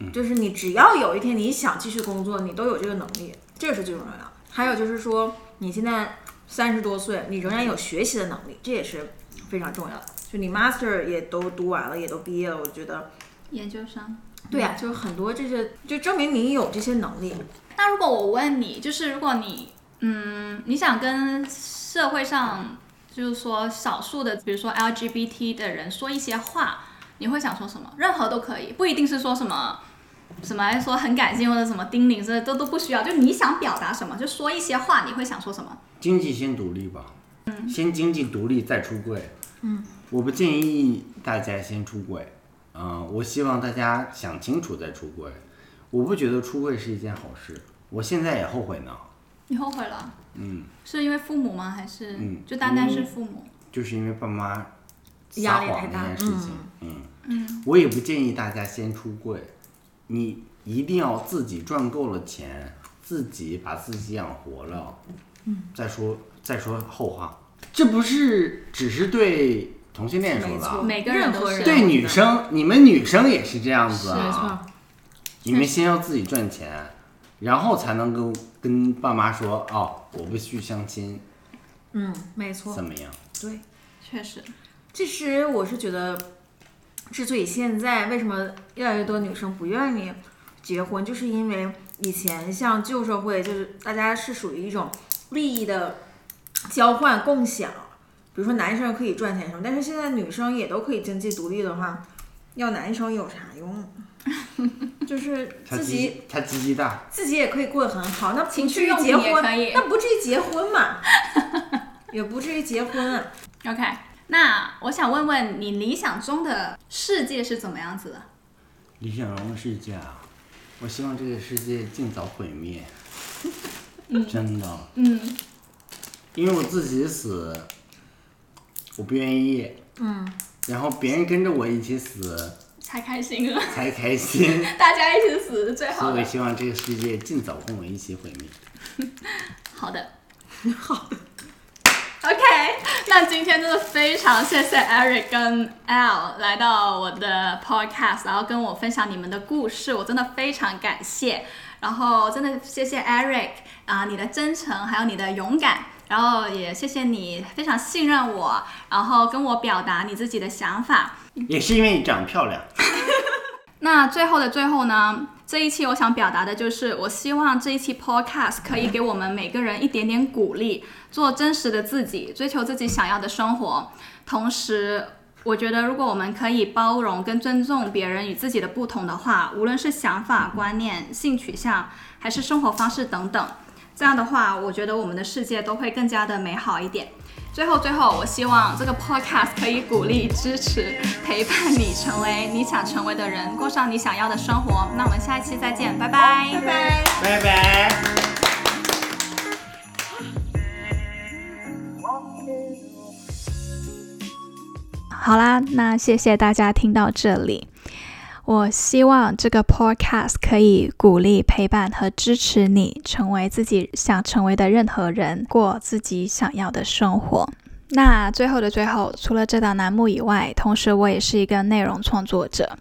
B: 嗯
D: 就是你只要有一天你想继续工作，你都有这个能力，这是最重要的。还有就是说，你现在三十多岁，你仍然有学习的能力，这也是非常重要的。就你 master 也都读完了，也都毕业了，我觉得
C: 研究生。
D: 对呀、就是很多这些，就证明你有这些能力。
C: 那如果我问你，就是如果你，嗯，你想跟社会上，就是说少数的，比如说 LGBT 的人说一些话，你会想说什么？任何都可以，不一定是说什么。什么说很感谢或者什么叮咛，这都都不需要。就你想表达什么，就说一些话，你会想说什么？
B: 经济先独立吧，先经济独立再出柜。嗯，我不建议大家先出柜，嗯、我希望大家想清楚再出柜。我不觉得出柜是一件好事，我现在也后悔呢，
C: 你后悔了？嗯，是因为父母吗？还是、就单单是父母？
B: 就是因为爸妈
D: 压
B: 撒
D: 力太
B: 谎
D: 大
B: 那件事情，嗯嗯，我也不建议大家先出柜，你一定要自己赚够了钱，自己把自己养活了，嗯，再说再说后话，这不是只是对同性恋说
D: 没
B: 的
D: 错，
B: 啊，
C: 每个人都是
D: 任何
B: 对女生，你们女生也是这样子
D: 没
B: 啊，
D: 错。
B: 你们先要自己赚钱，然后才能够跟爸妈说哦，我不去相亲，
D: 嗯，没错，
B: 怎么样？
D: 对。
C: 确实，
D: 其实我是觉得，之所以现在为什么越来越多女生不愿意结婚，就是因为以前像旧社会，就是大家是属于一种利益的交换共享，比如说男生可以赚钱什么，但是现在女生也都可以经济独立的话，要男生有啥用？ 就是
B: 他
D: 自己
B: 鸡他鸡鸡大，
D: 自己也可以过得很好，那不
C: 情
D: 至
C: 趣
D: 于
C: 用品
D: 结
C: 也
D: 婚
C: 可，以。
D: 那不至于结婚嘛， 也不至于结婚、啊。
C: OK，那我想问问你理想中的世界是怎么样子的？
B: 理想中的世界啊，我希望这个世界尽早毁灭，真的，
C: 嗯，
B: 因为我自己死，我不愿意，
D: 嗯，
B: 然后别人跟着我一起死
C: 才开心了，
B: 才开心，
C: 大家一起死是最好
B: 所以我
C: 的。
B: 希望这个世界尽早跟我一起毁灭。
C: 好的，好的。OK，那今天真的非常谢谢 Eric 跟 L 来到我的 Podcast，然后跟我分享你们的故事，我真的非常感谢。然后真的谢谢 Eric 啊、你的真诚还有你的勇敢，然后也谢谢你非常信任我，然后跟我表达你自己的想法。
B: 也是因为你长得漂亮，
C: 那最后的最后呢，这一期我想表达的就是，我希望这一期 podcast 可以给我们每个人一点点鼓励，做真实的自己，追求自己想要的生活。同时，我觉得如果我们可以包容跟尊重别人与自己的不同的话，无论是想法、观念、性取向，还是生活方式等等，这样的话，我觉得我们的世界都会更加的美好一点。最后，最后，我希望这个 podcast 可以鼓励、支持、陪伴你，成为你想成为的人，过上你想要的生活。那我们下一期再见，拜拜
B: 拜拜。
A: 好啦，那谢谢大家听到这里。我希望这个 podcast 可以鼓励、陪伴和支持你，成为自己想成为的任何人，过自己想要的生活。那最后的最后，除了这档栏目以外，同时我也是一个内容创作者。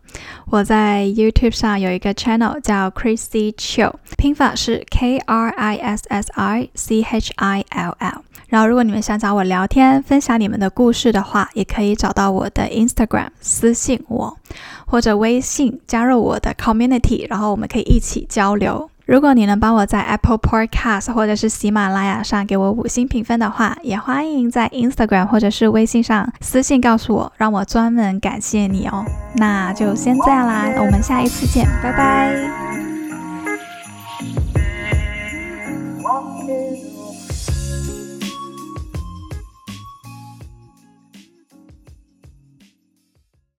A: 我在 YouTube 上有一个 channel 叫 Chrissy Chill，拼法是 K R I S S I C H I L L。然后，如果你们想找我聊天，分享你们的故事的话，也可以找到我的 Instagram 私信我，或者微信加入我的 community，然后我们可以一起交流。如果你能帮我在 Apple Podcast 或者是喜马拉雅上给我五星评分的话，也欢迎在 Instagram 或者是微信上私信告诉我，让我专门感谢你哦。那就先这样啦，我们下一次见，拜拜。